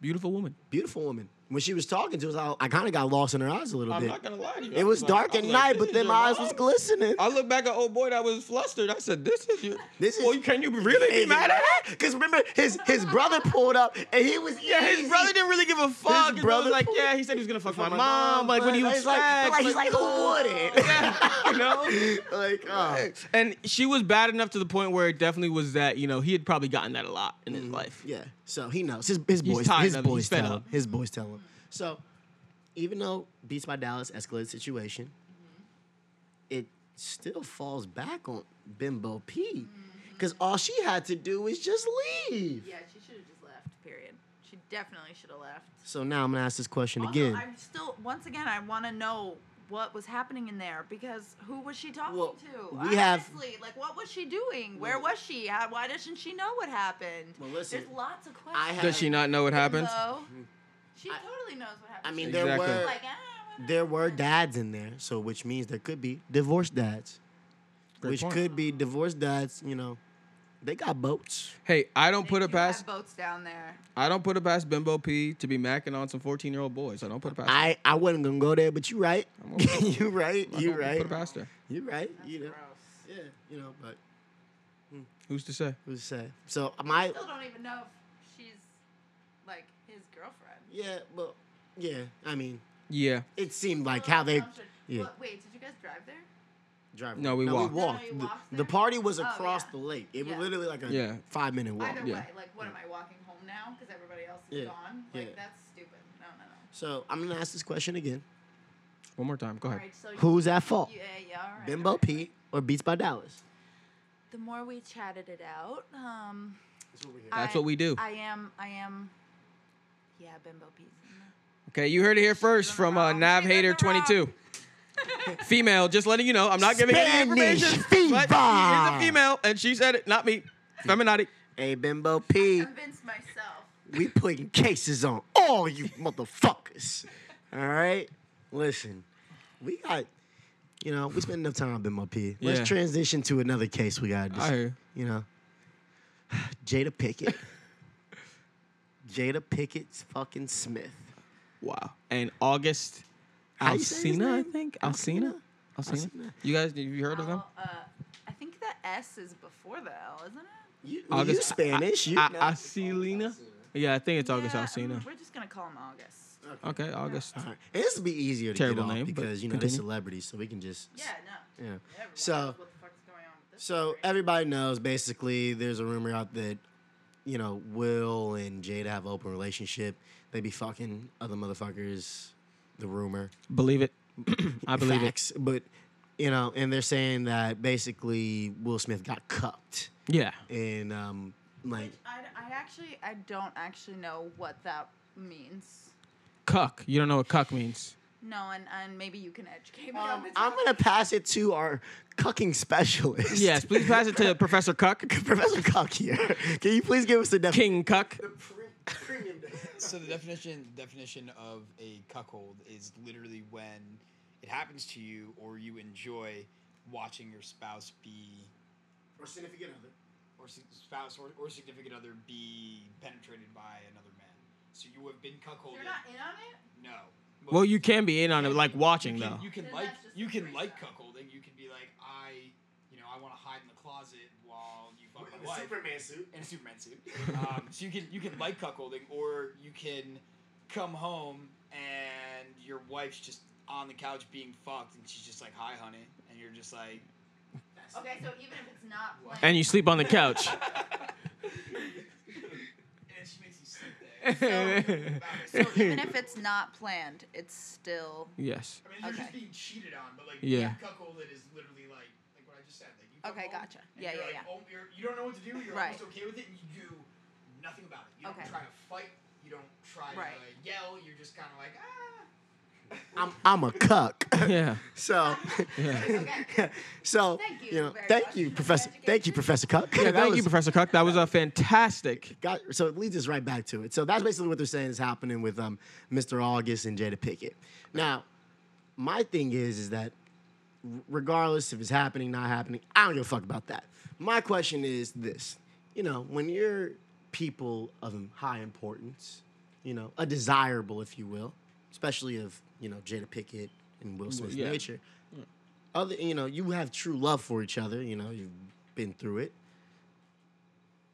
S1: Beautiful woman.
S2: beautiful woman, when she was talking to us, I, I kind of got lost in her eyes a little
S1: I'm
S2: bit.
S1: not gonna lie to you. I
S2: it was
S1: like-
S2: dark
S1: I
S2: at
S1: like,
S2: night,
S1: this
S2: but
S1: is
S2: then
S1: your
S2: my eyes was
S1: mom?
S2: glistening.
S1: I look back at old boy that was flustered. I said, "This is you.
S2: This is-
S1: Boy, can you really be
S2: Is it
S1: mad at?"
S2: that? *laughs* Cause remember his his brother pulled up and he was
S1: Yeah, his
S2: easy.
S1: brother didn't really give a fuck. His, brother
S2: brother
S1: was like,
S2: pulled-
S1: yeah, he said he was gonna fuck my,
S2: my
S1: mom.
S2: mom,
S1: Like, what do
S2: but
S1: you
S2: it's
S1: expect?
S2: like- but like, he's like, who
S1: *laughs*
S2: wouldn't?
S1: Yeah, you
S2: *laughs*
S1: know.
S2: like oh
S1: And she was bad enough to the point where it definitely was that you know he had probably gotten that a lot in his life.
S2: Mm. yeah. So he knows his his
S1: He's
S2: boys
S1: tired
S2: his
S1: of it. He's
S2: boys
S1: fed
S2: tell him
S1: up.
S2: his boys tell him. So even though Beats by Dallas escalated the situation, it still falls back on Bimbo P. Cause all she had to do was just leave.
S3: Yeah, she should have just left. Period. She definitely should have left.
S2: So now I'm gonna ask this question
S3: Also,
S2: again.
S3: I'm still once again. I want to know what was happening in there because who was she talking
S2: Well,
S3: to?
S2: we have-
S3: Honestly, like what was she doing? Where was she? How, why doesn't she know what happened?
S2: Well, listen,
S3: there's lots of questions.
S2: I have-
S1: Does she not know what happened?
S3: Hello? She
S2: I-
S3: totally knows what
S2: I
S3: happened.
S2: mean
S3: She's
S2: there
S1: Exactly.
S2: were
S3: like, ah, whatever.
S2: there were dads in there, so which means there could be divorced dads,
S1: Great
S2: which
S1: point.
S2: could be divorced dads. You know, they got boats.
S1: Hey, I don't
S3: They
S1: put it
S3: do have
S1: past
S3: boats down there.
S1: I don't put it past Bimbo P to be macking on some 14 year old boys. I don't put it past.
S2: I I wasn't gonna go there, but you right.
S1: okay.
S2: *laughs* you right.
S1: I
S2: You
S1: don't
S2: right.
S1: Put it past her.
S2: You right. You know.
S3: Gross.
S2: Yeah. You know. But
S1: Who's to say?
S2: who's sad? So my
S3: Still don't even know if she's like his girlfriend.
S2: yeah. Well yeah. I mean,
S1: Yeah.
S2: it seemed like how they
S3: Assumption.
S2: yeah
S3: What- wait, did you guys drive there?
S2: drive.
S1: No, we walked.
S2: We walked.
S3: No, Oh, you
S2: The-
S3: walked
S2: the,
S3: there?
S2: party was
S3: Oh,
S2: across
S3: yeah.
S2: the lake. It
S3: Yeah.
S2: was literally like a
S1: Yeah.
S2: five minute walk.
S3: Either
S1: yeah.
S3: way, like, what am I walking home now? Because everybody else is
S2: Yeah.
S3: gone. Like,
S2: Yeah.
S3: that's stupid. No, no, no.
S2: So I'm gonna ask this question again.
S1: One more time. Go
S3: All
S1: ahead.
S3: right, so
S2: Who's at fault?
S3: You, yeah, yeah, all right. all
S2: Bimbo
S3: right.
S2: P or Beats by Dallas?
S3: The more we chatted it out, um,
S1: That's
S3: I-
S1: what we do.
S3: I am, I am. Yeah, Bimbo P's. in there.
S1: Okay, you heard it here first
S3: She's
S1: from
S3: on the
S1: uh,
S3: wrong-
S1: Nav
S3: she's on
S1: Hater
S3: the *laughs*
S1: 22. *laughs* female, just letting you know, I'm not giving any
S2: Spanish
S1: information. But she is a
S2: fever.
S1: female, and she said it, not me. Feminatic.
S2: Hey, Bimbo P,
S3: Convince myself.
S2: we putting cases on all you motherfuckers. All right? Listen, we got, you know, we spent enough time on Bimbo P. Let's
S1: Yeah.
S2: transition to another case we got.
S1: I hear you.
S2: You know, *sighs* Jada Pickett. *sighs* Jada Pickett's fucking Smith.
S1: Wow. And August
S2: How you say his
S1: Alcina, I
S2: name?
S1: think. Alcina? Alcina?
S2: Alcina.
S1: You guys, have you heard of them?
S3: I'll, uh, I think the S is before the L, isn't it?
S2: You, you
S1: August-
S2: Spanish. You know.
S1: Alcina? Yeah, I think it's August
S3: Yeah,
S1: Alcina.
S3: mm, We're just gonna call him August.
S1: Okay, August.
S2: All right. And this will be easier to
S1: Terrible
S2: get off
S1: name, but
S2: because, you know, they're
S1: continue.
S2: celebrities, so we can just.
S3: Yeah,
S2: Yeah.
S3: no. Everyone
S2: So.
S3: knows what the fuck is going on with this
S2: So
S3: story.
S2: everybody knows basically there's a rumor out that, you know, Will and Jada have an open relationship. They be fucking other motherfuckers, the rumor.
S1: Believe
S2: *coughs*
S1: it. I believe it.
S2: Facts. But you know, and they're saying that basically Will Smith got cucked.
S1: Yeah.
S2: And um like
S3: Which I, I actually I don't actually know what that means.
S1: Cuck. You don't know what cuck means.
S3: No, and, and maybe you can educate me on
S2: um,
S3: this.
S2: I'm gonna pass it to our cucking specialist.
S1: Yes, please pass it
S2: *laughs*
S1: to Professor Cuck.
S2: Professor Cuck here. Can you please give us the
S1: King
S2: definition?
S1: Cuck.
S4: So the definition definition of a cuckold is literally when it happens to you or you enjoy watching your spouse be
S2: Or *laughs* significant other.
S4: or sig- spouse or, or significant other be penetrated by another man. So you have been cuckolded.
S3: You're not in on it.
S4: no.
S1: Well, you can be in on it, like watching
S4: you
S1: though.
S4: can, you can
S3: Then
S4: like
S3: that's just
S4: you
S3: a
S4: can
S3: threesome.
S4: like cuckolding. You can be like I, you know, I want to hide in the closet while you fuck my wife.
S2: suit.
S4: in a Superman suit. Um, so you can you can like cuckolding, or you can come home and your wife's just on the couch being fucked, and she's just like, "Hi, honey," and you're just like,
S3: Okay, so even if it's not playing,
S1: And you sleep on the couch.
S4: *laughs* and she makes you sit there.
S3: so
S1: *laughs*
S3: even if it's not planned, it's still
S1: yes.
S4: I mean, you're just
S3: Okay.
S4: being cheated on, but like
S1: Yeah.
S4: yeah, cuckolded is literally like like what I just said. Like you
S3: Okay,
S4: cuckold,
S3: gotcha.
S4: and
S3: Yeah,
S4: you're
S3: yeah,
S4: like, Oh, you're, you don't know what to do. You're
S3: Right.
S4: almost okay with it, and you do nothing about it. You don't
S3: Okay.
S4: try to fight. You don't try to
S3: Right.
S4: yell. You're just kind of like ah.
S2: I'm I'm a
S1: *laughs*
S2: cuck. *laughs*
S1: Yeah.
S3: *laughs*
S2: So, so
S3: Thank you
S2: you know,
S3: very
S2: thank
S3: much
S2: you,
S3: for
S2: Professor.
S3: education.
S2: Thank you, Professor Cuck.
S1: Yeah,
S2: That
S1: thank you,
S2: was-
S1: Professor Cuck. That was a fantastic.
S2: got- so it leads us right back to it. So that's basically what they're saying is happening with um, Mr. August and Jada Pickett. Now, my thing is, is that r- regardless if it's happening, not happening, I don't give a fuck about that. My question is this: you know, when you're people of high importance, you know, a desirable, if you will, especially of you know Jada Pickett and Will Smith's
S1: Yeah.
S2: nature. Other, you know, you have true love for each other. You know, you've been through it.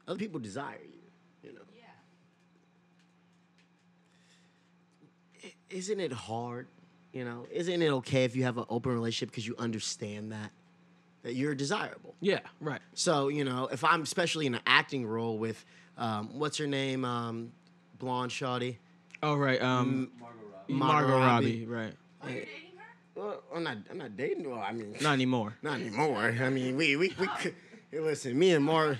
S2: Other people desire you. You know,
S3: Yeah.
S2: I- isn't it hard? You know, isn't it okay if you have an open relationship because you understand that that you're desirable?
S1: Yeah, right.
S2: So you know, if I'm especially in an acting role with, um, what's her name, um, blonde shawty,
S1: All right. Um, Margot,
S2: Margot
S1: Robbie.
S2: Robbie.
S1: Right.
S3: Are you dating her?
S2: Well, I'm not. I'm not dating. Well, I mean,
S1: Not anymore.
S2: not anymore. I mean, we we we. could- Hey, listen, me and Mar,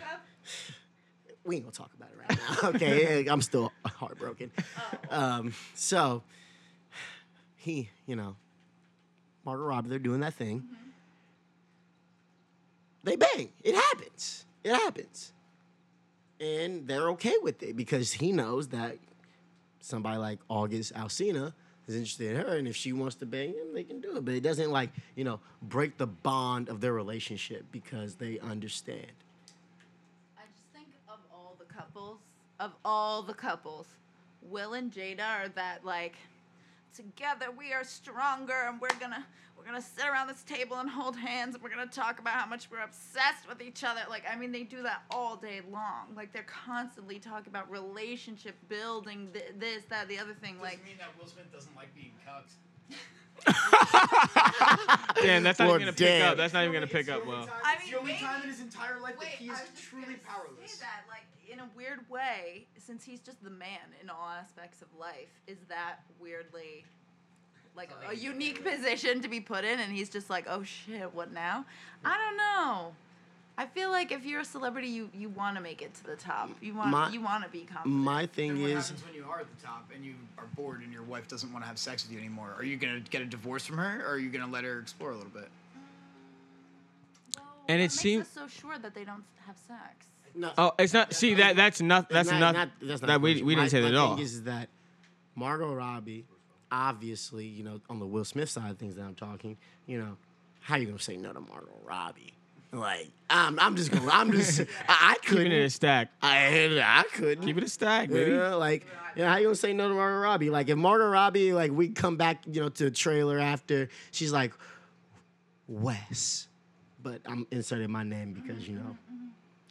S2: we ain't gonna talk about it right now. *laughs* Okay, I'm still heartbroken. Um, so he, you know, Margot Robbie, they're doing that thing. They bang. It happens. It happens. And they're okay with it because he knows that somebody like August Alsina is interested in her, and if she wants to bang him, they can do it. But it doesn't like you know break the bond of their relationship because they understand.
S3: I just think of all the couples, of all the couples, Will and Jada are that like together we are stronger and we're gonna we're gonna sit around this table and hold hands and we're gonna talk about how much we're obsessed with each other. Like I mean they do that all day long. Like they're constantly talking about relationship building, th- this, that, the other thing. Like
S4: Doesn't mean that Will Smith doesn't like being cucked.
S1: Damn, that's not
S2: Well,
S1: even gonna pick
S2: damn.
S1: up. That's not even gonna
S4: It's
S1: pick
S4: the
S1: up
S4: only
S1: well.
S4: time-
S3: I
S4: it's
S3: mean,
S4: the only time
S3: maybe-
S4: in his entire life that he
S3: I
S4: is
S3: was just
S4: truly
S3: gonna
S4: powerless.
S3: Say that, like, in a weird way, since he's just the man in all aspects of life, is that weirdly like a, unique position to be put in? And he's just like, oh shit, what now? I don't know. I feel like if you're a celebrity, you, you want to make it to the top. You want
S2: My-
S3: you want to be confident.
S2: My
S4: Then
S2: thing
S4: what
S2: is,
S4: happens when you are at the top and you are bored and your wife doesn't want to have sex with you anymore? Are you gonna get a divorce from her, or are you gonna let her explore a little bit?
S3: What
S1: And it
S3: makes
S1: seems.
S3: us so sure that they don't have sex.
S2: no,
S1: Oh, it's not. See that. That's not. That's
S2: not-
S1: not.
S2: not- that's not
S1: that
S2: the
S1: we
S2: question.
S1: we
S2: My-
S1: didn't say that at
S2: my
S1: all.
S2: Thing is that Margot Robbie, obviously, you know, on the Will Smith side of things that I'm talking, you know, how you gonna say no to Margot Robbie? Like, I'm, I'm just gonna, I'm
S1: *laughs*
S2: just, I, I
S1: Keeping it a
S2: couldn't,
S1: stack.
S2: I, I couldn't.
S1: Keep it a stack, baby.
S2: Yeah, like, yeah, how you gonna say no to Margot Robbie? Like, if Margot Robbie, like, we come back, you know, to the trailer after, she's like, Wes, but I'm inserting my name because you know,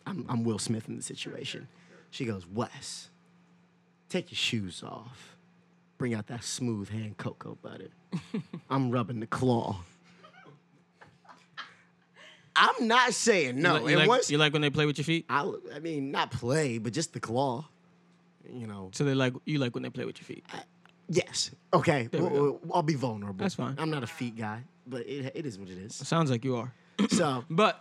S2: I'm, I'm Will Smith in the situation. She goes, Wes, take your shoes off, bring out that smooth hand cocoa
S1: *laughs*
S2: butter. I'm rubbing the claw. I'm not saying
S1: You
S2: no.
S1: like- you,
S2: and
S1: like,
S2: once
S1: you like when they play with your feet?
S2: I, I mean, not play, but just the claw. You know,
S1: So they like you like when they play with your feet.
S2: Yes. Okay.
S1: we
S2: w- w- I'll be vulnerable.
S1: That's fine.
S2: I'm not a feet guy, but it, it is what it is.
S1: Sounds like you are.
S2: So
S1: But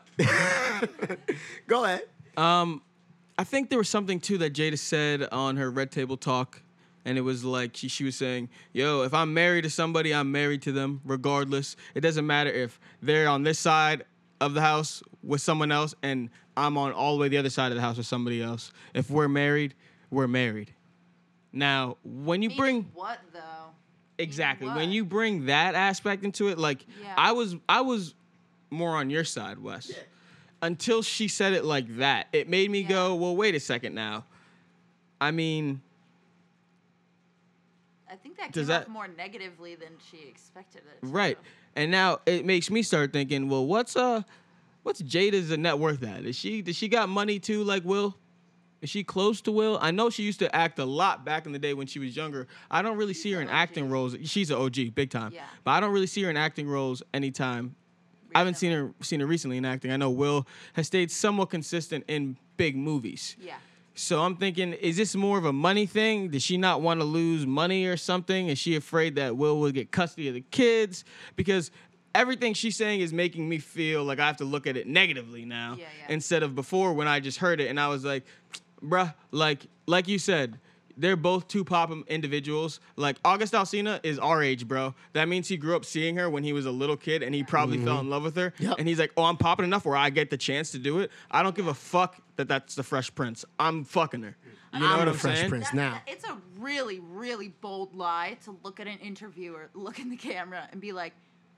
S2: go ahead.
S1: I think there was something too that Jada said on her Red Table Talk, and it was like she, she was saying, "Yo, if I'm married to somebody, I'm married to them, regardless. It doesn't matter if they're on this side of the house with someone else, and I'm on all the way the other side of the house with somebody else. If we're married, we're married." Now, when you bring
S3: Meaning what though?
S1: Exactly. When
S3: what?
S1: you bring that aspect into it, like
S3: Yeah.
S1: I was I was more on your side, Wes. Until she said it like that, it made me go, "Well, wait a second now." I mean,
S3: I think that
S1: Does
S3: came off
S1: that-
S3: more negatively than she expected it. to.
S1: right. And now it makes me start thinking, "Well, what's uh what's Jada's net worth at? Is she does she got money too like Will? Is she close to Will? I know she used to act a lot back in the day when she was younger. I don't really see her in acting roles. She's an OG, big time.
S3: Yeah.
S1: But I don't really see her in acting roles anytime I haven't seen her seen her recently in acting. I know Will has stayed somewhat consistent in big movies.
S3: Yeah.
S1: So I'm thinking, is this more of a money thing? Does she not want to lose money or something? Is she afraid that Will will get custody of the kids? Because everything she's saying is making me feel like I have to look at it negatively now
S3: Yeah, yeah.
S1: instead of before when I just heard it and I was like, bruh, like like you said. They're both two pop individuals. Like August Alsina is our age, bro. That means he grew up seeing her when he was a little kid, and he probably fell
S2: Mm-hmm.
S1: in love with her.
S2: Yep.
S1: And he's like, "Oh, I'm popping enough where I get the chance to do it. I don't give a fuck that that's the Fresh Prince. I'm fucking her. You know
S2: I'm
S1: what
S2: the
S1: I'm
S2: Fresh
S1: saying?
S2: Prince. It's now.
S3: It's a really, really bold lie to look at an interviewer, look in the camera, and be like,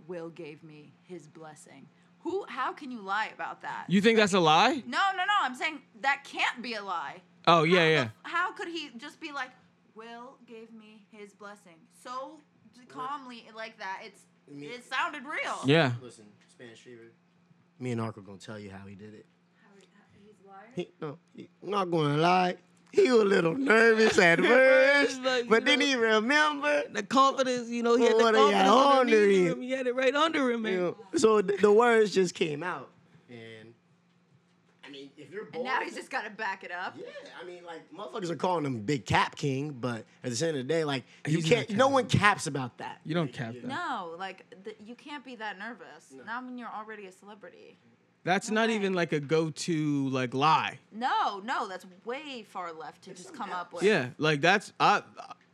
S3: "Will gave me his blessing." Who? How can you lie about that?
S1: You think that's a lie?
S3: no, no, no. I'm saying that can't be a lie.
S1: Oh yeah,
S3: How the
S1: yeah.
S3: f- How could he just be like, Will gave me his blessing so calmly like that. It's
S2: Me-
S3: it sounded real.
S1: Yeah.
S2: Listen, Spanish fever. Me and Ark are gonna tell you how he did it.
S3: How he- how- he's a liar.
S2: He, no, he, not gonna lie. He was a little
S1: *laughs*
S2: nervous at first,
S1: Like,
S2: but
S1: you
S2: then
S1: know-
S2: he remembered.
S1: The confidence, you know, he had the
S2: What
S1: confidence
S2: they got under
S1: underneath
S2: him.
S1: him. He had it right under him, man.
S2: You know, so th- the words just came out, and I mean, if you're bored,
S3: And now he's just got to back it up.
S2: Yeah, I mean, like motherfuckers are calling him Big Cap King, but at the end of the day, like you
S1: He's
S2: can't.
S1: not
S2: No
S1: capping.
S2: one caps about that.
S1: You don't cap that.
S3: No, like th- you can't be that nervous. Not when you're already a celebrity.
S1: That's not
S3: way.
S1: even like a go-to like lie.
S3: No, no, that's way far left to just come up with.
S1: Yeah, like that's I,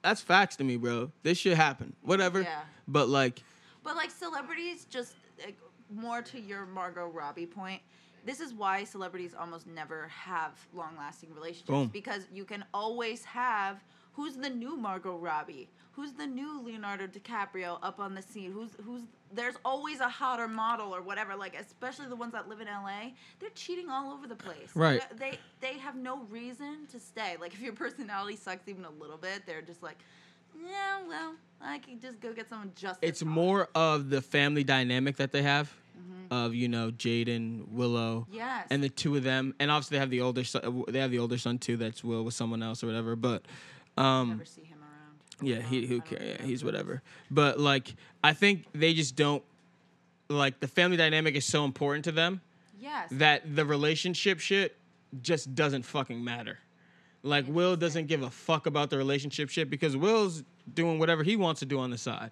S1: that's facts to me, bro. This shit happened. Whatever.
S3: Yeah.
S1: But like,
S3: But like celebrities, just like, more to your Margot Robbie point. This is why celebrities almost never have long-lasting relationships
S1: Boom.
S3: because you can always have who's the new Margot Robbie, who's the new Leonardo DiCaprio up on the scene, who's who's there's always a hotter model or whatever. Like especially the ones that live in LA, they're cheating all over the place.
S1: Right.
S3: They they have no reason to stay. Like if your personality sucks even a little bit, they're just like, yeah, well, I can just go get someone just. as
S1: it's
S3: hot."
S1: more of the family dynamic that they have, of you know Jaden, Willow,
S3: Mm-hmm. Yes.
S1: and the two of them, and obviously they have the older son. They have the older son too. That's Will with someone else or whatever. But, um,
S3: never see him around.
S1: yeah, he
S3: Um,
S1: who
S3: I don't
S1: cares? Yeah,
S3: know.
S1: he's whatever. But like, I think they just don't like the family dynamic is so important to them.
S3: Yes.
S1: that the relationship shit just doesn't fucking matter. Like Will doesn't give a fuck about the relationship shit because Will's doing whatever he wants to do on the side,
S3: Is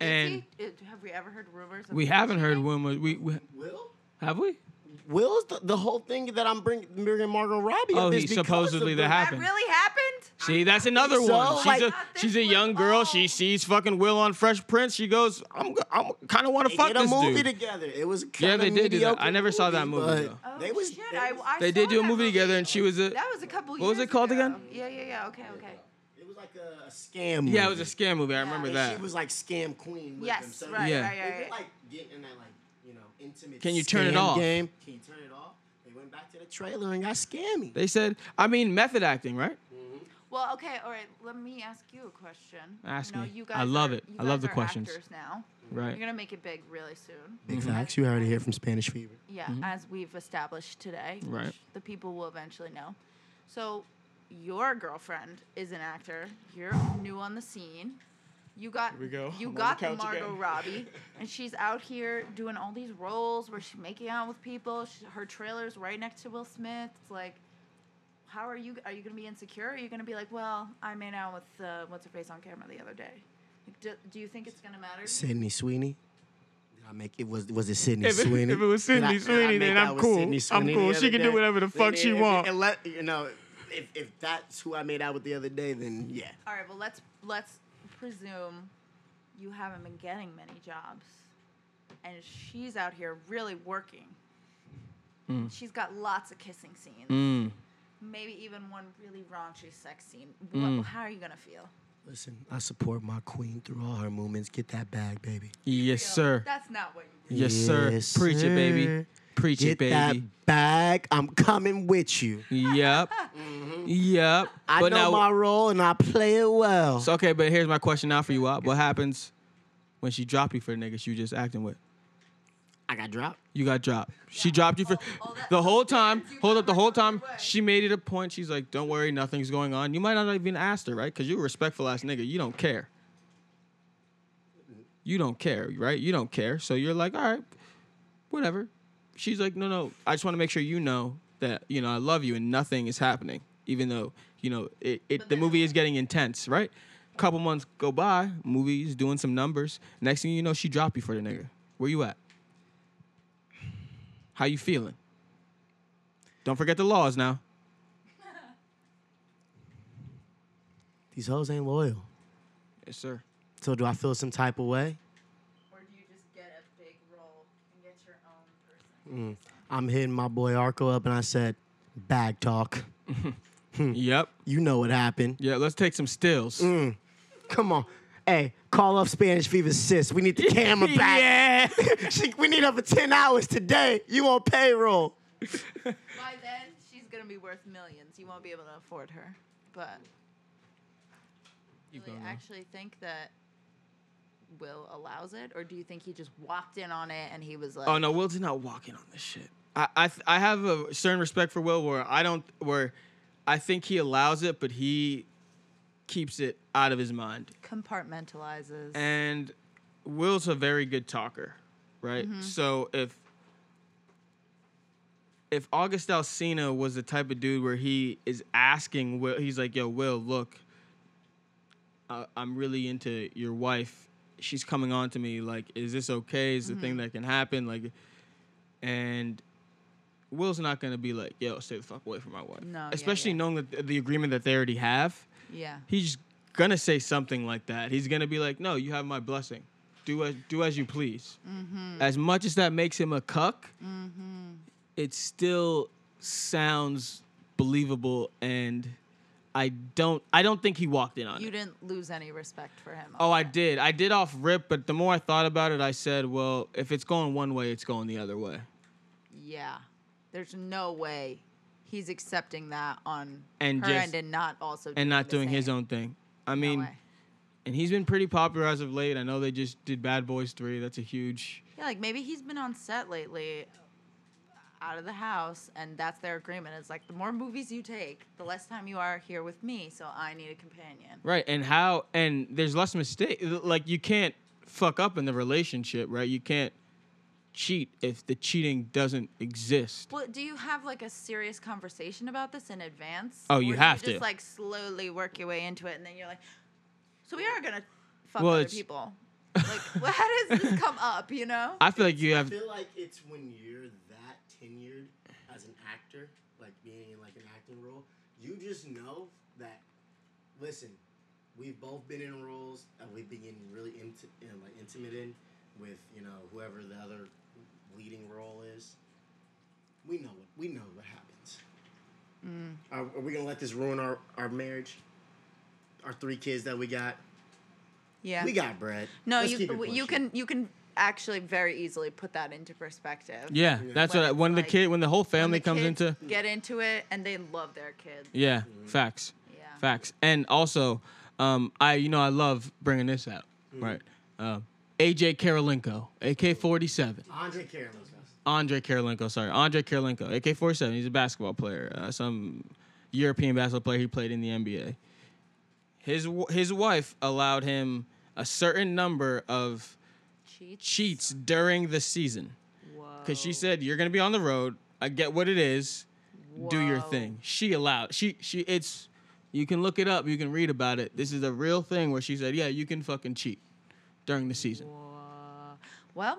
S1: and
S3: he- uh, have we ever heard rumors? Of
S1: we
S3: him
S1: haven't heard
S3: cheating?
S1: rumors. We, we
S2: Will,
S1: have we?
S2: Will's the, the whole thing that I'm bringing, bringing Margot Robbie.
S1: Oh,
S2: up is
S1: he
S2: because of
S1: supposedly
S2: the-
S1: that
S3: That
S1: happened.
S3: really happened.
S1: See, that's another
S2: so,
S1: one. She's
S2: like-
S1: a she's a young girl. She
S3: Oh.
S1: sees fucking Will on Fresh Prince. She goes, I'm I'm kind of want
S2: They
S1: to fuck
S2: did a
S1: this
S2: movie
S1: dude.
S2: together. It was
S1: Yeah,
S2: kinda
S1: they did do that.
S2: mediocre
S1: I never saw that movie,
S2: but
S1: though.
S3: Oh
S2: They was,
S3: shit!
S2: they
S3: I,
S2: was-
S3: I
S1: They did
S3: saw
S1: do a
S3: that
S1: movie together, and she was a
S3: That was a couple.
S1: What was
S3: years
S1: it called
S3: ago.
S1: again?
S3: Yeah, yeah, yeah. Okay, okay.
S2: it was like a, a scam.
S1: yeah, it was
S2: movie.
S1: a scam movie. I remember
S2: And
S1: that.
S2: She was like scam queen. With
S3: Yes,
S2: him, so
S3: right,
S1: Yeah.
S3: right,
S2: They
S3: right,
S2: were
S3: right.
S2: like getting in that like you know intimate.
S1: Can you turn it
S2: scam
S1: off?
S2: Game. Can you turn it off? They went back to the trailer and got scammy.
S1: They said, I mean, method acting, right?
S3: Well, okay, all right. Let me ask you a question.
S1: Ask
S3: you know,
S1: me.
S3: You guys
S1: I love
S3: are-
S1: it.
S3: you
S1: I love
S3: guys
S1: the
S3: are
S1: questions.
S3: Actors now,
S1: Right.
S3: you're gonna make it big really soon.
S2: Big facts. You already hear from Spanish Fever.
S3: Yeah, as we've established today,
S1: Right.
S3: which the people will eventually know. So, your girlfriend is an actor. You're new on the scene. You got
S1: we go. I'm
S3: you
S1: on the
S3: got the
S1: couch
S3: Margot
S1: again. *laughs*
S3: Robbie, and she's out here doing all these roles where she's making out with people. She, her trailer's right next to Will Smith. It's like, how are you? Are you gonna be insecure? Are you gonna be like, well, I made out with uh, what's her face on camera the other day? Like, do, do you think it's gonna matter? to you?
S2: Sydney Sweeney. Did I make it? Was was it Sydney
S1: If it-
S2: Sweeney?
S1: if it was
S2: Did
S1: Sydney
S2: I- did I
S1: Sweeney,
S2: make
S1: then
S2: out
S1: I'm
S2: with
S1: cool.
S2: Sydney
S1: I'm
S2: Sweeney
S1: cool.
S2: the
S1: She
S2: other
S1: can do
S2: day?
S1: whatever the
S2: Then
S1: fuck
S2: if-
S1: she
S2: if-
S1: want.
S2: Unless you know, if if that's who I made out with the other day, then yeah.
S3: All right, well let's let's presume you haven't been getting many jobs, and she's out here really working. She's got lots of kissing scenes, maybe even one really raunchy sex scene. What, How are you gonna feel?
S2: Listen, I support my queen through all her movements. Get that bag, baby.
S1: Yes, sir.
S3: That's not what you.
S1: Yes, sir.
S2: Yes,
S1: Preach it, baby.
S2: sir.
S1: Preach
S2: Get
S1: it, baby.
S2: that bag. I'm coming with you.
S1: Yep. Yep.
S2: I
S1: but
S2: know
S1: now,
S2: my role and I play it well.
S1: so, okay, but here's my question now for you, Op. What happens when she dropped you for the nigga she was just acting with?
S2: I got dropped.
S1: You got dropped. She dropped you for
S3: All- all Oh, that-
S1: the whole time.
S3: You
S1: Hold
S3: got
S1: up, the
S3: her
S1: whole
S3: out of
S1: time.
S3: the way.
S1: She made it a point. She's like, "Don't worry, nothing's going on." You might not have even asked her, right? Because you're a respectful ass nigga. You don't care. You don't care, right? You don't care. So you're like, "All right, whatever." She's like, "No, no. I just want to make sure you know that you know I love you and nothing is happening, even though you know it. it the movie is getting intense, right?" Couple months go by, movie's doing some numbers. Next thing you know, she dropped you for the nigga. Where you at? How you feeling? Don't forget the laws now.
S2: These hoes ain't loyal.
S1: Yes, sir.
S2: So do I feel some type of way?
S3: Or do you just get a big role and get your own person?
S2: I'm hitting my boy Arco up and I said, bag talk.
S1: Yep.
S2: You know what happened.
S1: Yeah, let's take some stills.
S2: Come on. Hey, call up Spanish Fever sis. We need the camera back.
S1: yeah.
S2: *laughs* She- we need her for 10 hours today. You on payroll.
S3: By then, she's gonna be worth millions. You won't be able to afford her, but
S1: You
S3: really
S1: go now.
S3: actually think that Will allows it, or do you think he just walked in on it and he was like,
S1: Oh no, Will's not walking on this shit. I I, th- I have a certain respect for Will where I don't where I think he allows it, but he keeps it out of his mind.
S3: compartmentalizes?
S1: And Will's a very good talker, right?
S3: Mm-hmm.
S1: So if if August Alsina was the type of dude where he is asking Will, he's like, "Yo, Will, look, I, I'm really into your wife. She's coming on to me. Like, is this okay? Is the
S3: Mm-hmm.
S1: thing that can happen? Like, and." Will's not gonna be like, yo, stay the fuck away from my wife.
S3: No, yeah,
S1: Especially
S3: yeah.
S1: knowing that the agreement that they already have
S3: yeah.
S1: he's gonna say something like that. He's gonna be like, "No, you have my blessing. Do as do as you please."
S3: Mm-hmm.
S1: As much as that makes him a cuck, it still sounds believable, and I don't I don't think he walked in on
S3: You
S1: it.
S3: didn't lose any respect for him.
S1: Oh, I did. I did off rip, but the more I thought about it, I said, "Well, if it's going one way, it's going the other way."
S3: Yeah. There's no way he's accepting that on
S1: And
S3: her
S1: just-
S3: end and not also doing
S1: and not
S3: the
S1: doing his
S3: same.
S1: own thing. I
S3: No
S1: mean,
S3: way.
S1: and he's been pretty popular as of late. I know they just did Bad Boys 3. That's a huge
S3: Yeah, like maybe he's been on set lately, out of the house, and that's their agreement. It's like the more movies you take, the less time you are here with me, so I need a companion.
S1: Right, and how and there's less mistake. Like you can't fuck up in the relationship, right? You can't cheat if the cheating doesn't exist.
S3: Well, do you have like a serious conversation about this in advance?
S1: Oh, you
S3: Or do
S1: have
S3: you just
S1: to.
S3: like slowly work your way into it, and then you're like, so we are gonna fuck
S1: Well,
S3: other
S1: it's-
S3: people. Like, *laughs* well, how does this come up? You know?
S1: I feel like you
S2: I
S1: have
S2: feel like it's when you're that tenured as an actor, like being in like an acting role, you just know that. Listen, we've both been in roles that we've been getting really inti- you know, like intimate in with you know whoever the other leading role is. We know what we know what happens.
S3: Mm.
S2: Are, are we gonna let this ruin our, our marriage? Our three kids that we got.
S3: yeah.
S2: We got bread.
S3: No,
S2: Let's
S3: you
S2: keep it
S3: w- you
S2: pushing.
S3: can you can actually very easily put that into perspective.
S1: Yeah, that's
S3: When
S1: what I,
S3: it's
S1: when the
S3: like-
S1: kid when the whole
S3: When
S1: family
S3: the
S1: comes
S3: kids
S1: into
S3: get into it and they love their kids.
S1: Yeah, facts.
S3: Yeah.
S1: Facts. And also, um, I you know I love bringing this out, right? Um, AJ Karolinko, AK47.
S2: Andre Carol's house.
S1: Andre Karolinko, sorry, Andre Karolinko, AK 47. He's a basketball player, uh, some European basketball player. He played in the NBA. His w- his wife allowed him a certain number of
S3: Cheats.
S1: cheats during the season
S3: Whoa.
S1: because she said you're gonna be on the road. I get what it is. Do your
S3: Whoa.
S1: thing. She allowed. She she. It's you can look it up. You can read about it. This is a real thing where she said, yeah, you can fucking cheat during the season.
S3: Whoa. Well,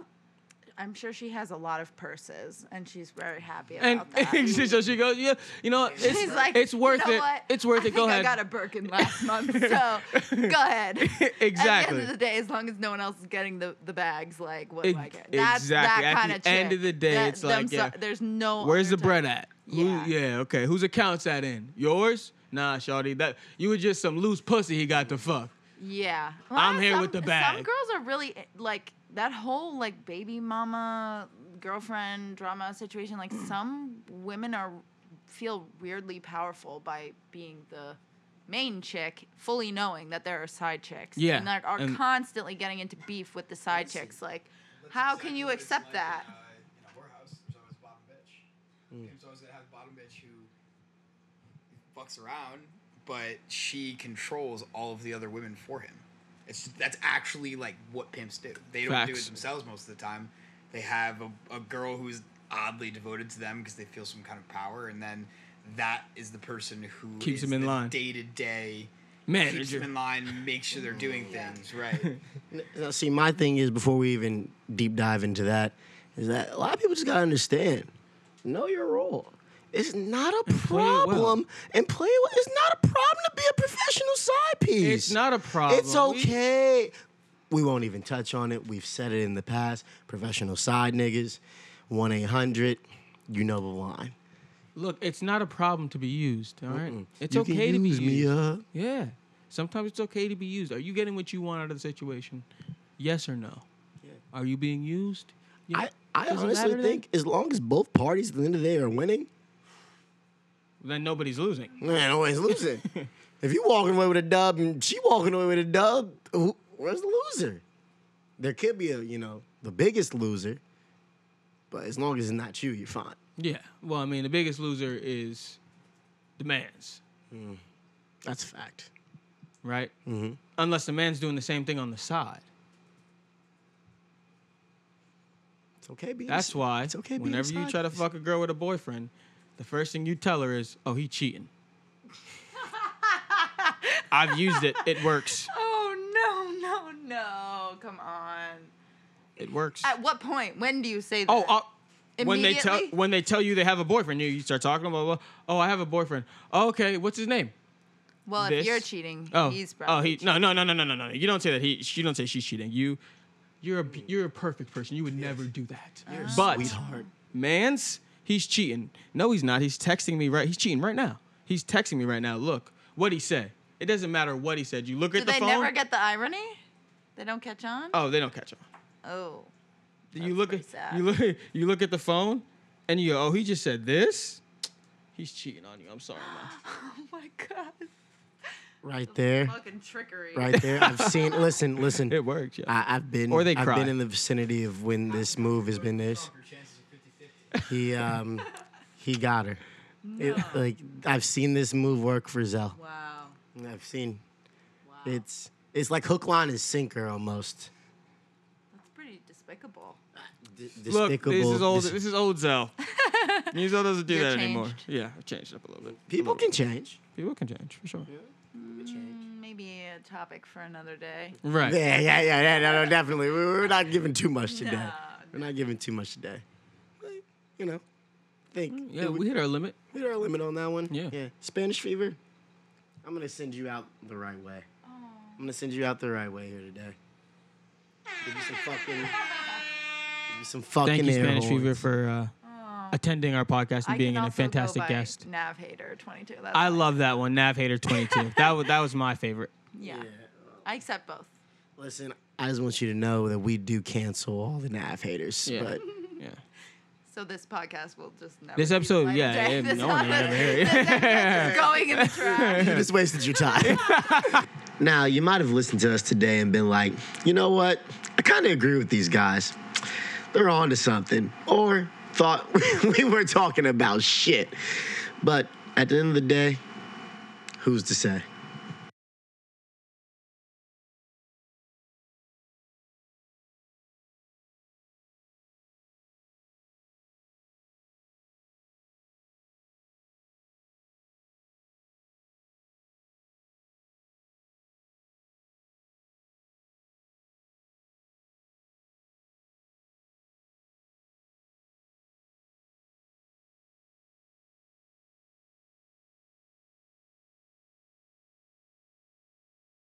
S3: I'm sure she has a lot of purses and she's very happy
S1: And *laughs*
S3: about that.
S1: so she goes, yeah, you know, it's,
S3: *laughs* She's like,
S1: it's worth
S3: "You know
S1: it.
S3: what?
S1: It's worth
S3: I
S1: it. Go
S3: think
S1: ahead.
S3: I got a Birkin
S1: *laughs*
S3: last month, so go ahead. At the
S1: Exactly.
S3: end of the day, as long as no one else is getting the, the bags, like what do I
S1: Ex-
S3: get? That's
S1: exactly. At
S3: that kind
S1: the
S3: of
S1: end of the day, it's like, yeah,
S3: there's no.
S1: Where's
S3: other
S1: the bread
S3: type.
S1: at? Who-
S3: Yeah.
S1: yeah, okay. Whose account's that in? Yours? Nah, Shawty. That you were just some loose pussy he got to fuck.
S3: Yeah.
S1: I'm
S3: Well,
S1: here with
S3: some-
S1: the bag.
S3: Some girls are really eh, like that whole like baby mama girlfriend drama
S1: *clears throat*
S3: situation. Like some women are feel weirdly powerful by being the main chick, fully knowing that there are side chicks.
S1: Yeah,
S3: And like are
S1: and-
S3: constantly getting into beef with the side
S4: Listen,
S3: chicks. Like how can you accept that?
S4: uh, In a, whorehouse, there's always a bottom bitch.
S1: Hmm.
S4: There's always gonna have a bottom bitch who fucks around, but she controls all of the other women for him. It's that's actually like what pimps do. They don't do it
S1: Facts.
S4: themselves most of the time. They have a, a girl who's oddly devoted to them because they feel some kind of power, and then that is the person who
S1: Keeps them in line.
S4: Day to day. Keeps
S1: Manager.
S4: them in line, makes sure
S3: *laughs*
S4: they're doing things right.
S2: Now, see, my thing is before we even deep dive into that, is that a lot of people just gotta understand, know your role. It's not a
S1: play it well.
S2: problem, and play it well. It's not a problem to be a professional side piece.
S1: It's not a problem.
S2: It's
S1: We-
S2: okay. We won't even touch on it. We've said it in the past. Professional side niggas, one eight hundred. You know the line.
S1: Look, it's not a problem to be used. All right? it's
S2: You can
S1: okay to be
S2: use
S1: used.
S2: me up.
S1: Yeah. Sometimes it's okay to be used. Are you getting what you want out of the situation? Yes or no? Are you being used? You
S2: I,
S1: know,
S2: I
S1: does it matter
S2: honestly
S1: then?
S2: think as long as both parties at the end of the day are winning,
S1: then nobody's losing.
S2: man, always losing. If you walking away with a dub and she walking away with a dub, who, where's the loser? There could be a, you know, the biggest loser, but as long as it's not you, you're fine.
S1: Yeah. Well, I mean, the biggest loser is the man's,
S2: That's a fact.
S1: right? Mm-hmm. Unless the man's doing the same thing on the side.
S2: It's okay being.
S1: That's
S2: s-
S1: why
S2: It's okay being.
S1: whenever you try to
S2: misogynist.
S1: fuck a girl with a boyfriend, the first thing you tell her is, "Oh, he
S2: *laughs*
S1: cheating." I've used it. It works.
S3: Oh no, no, no! Come on.
S1: It works.
S3: At what point? When do you say that?
S1: Oh, uh, when they tell
S3: Immediately?
S1: when they tell you they have a boyfriend, you, you start talking blah blah. blah. Oh, I have a boyfriend. Oh, okay, what's his name?
S3: well,
S1: this.
S3: if you're cheating,
S1: Oh,
S3: he's
S1: oh
S3: probably.
S1: he no no no no no no no. You don't say that he. You don't say she's cheating. You, you're a you're a perfect person. You would never do that. but
S2: Sweetheart.
S1: man's he's cheating. No, he's not. He's texting me right. He's cheating right now. He's texting me right now. Look what he said. It doesn't matter what he said. You look
S3: Do
S1: at the
S3: they
S1: phone.
S3: never get the irony? They don't catch on.
S1: oh, they don't catch on.
S3: Oh, *laughs*
S1: you
S3: That's
S1: look at
S3: pretty sad.
S1: you look *laughs* you look at the phone, and you go, oh he just said this. He's cheating on you. I'm sorry, man.
S3: oh my god!
S2: Right there.
S3: Fucking trickery.
S2: Right there.
S1: *laughs*
S2: I've seen. Listen, listen.
S1: It worked, yeah.
S2: I, I've been
S1: Or they
S2: I've
S1: cry.
S2: been in the vicinity of when this move has been this.
S4: Your chances are
S2: He um he got her. It- like I've seen this move work for Zell.
S3: Wow.
S2: I've seen
S3: Wow.
S2: it's it's like hook line and sinker almost.
S3: That's pretty despicable.
S2: D-
S1: Look, this is
S2: despicable-
S1: old.
S2: dis-
S1: This is old
S3: *laughs*
S1: Zell. New Zell doesn't do
S3: You're
S1: that anymore.
S3: changed.
S1: Yeah, I've changed up a little bit. A
S2: people
S1: little
S2: can change.
S1: bit. people can change for sure.
S3: Mm, Maybe a topic for another day.
S1: Right.
S2: Yeah, yeah, yeah, yeah, no, no, definitely. We- We're not giving too much today.
S3: No,
S2: We're not giving too much today. But, you know, think.
S1: Mm, Yeah,
S2: we,
S1: we hit our limit.
S2: we hit our limit on that one.
S1: Yeah.
S2: yeah. Spanish fever. I'm gonna send you out the right way. I'm gonna send you out the right way here today. Give you some fucking. Give you some fucking.
S1: Thank you,
S2: air
S1: Spanish Fever,
S2: horns.
S1: for uh, attending our podcast and
S3: I
S1: being
S3: can
S1: a
S3: also go
S1: fantastic
S3: by
S1: guest.
S3: Nav hater 22. That's
S1: I
S3: fine.
S1: love that one, Nav Hater 22. that was that was my favorite.
S3: Yeah.
S2: Yeah.
S3: I accept both.
S2: Listen, I just want you to know that we do cancel all the nav haters,
S1: Yeah.
S2: but
S1: Yeah.
S3: So this podcast will just never.
S1: This
S3: *laughs* see the
S1: episode,
S3: light of
S1: yeah,
S3: day.
S1: it-
S3: This
S1: no one will
S3: episode-
S1: ever hear it.
S3: this episode's
S1: *laughs*
S3: just going in the trash.
S2: you just wasted your time. now, you might have listened to us today and been like, you know what? I kind of agree with these guys. They're on to something. Or thought *laughs* we were talking about shit. But at the end of the day, who's to say?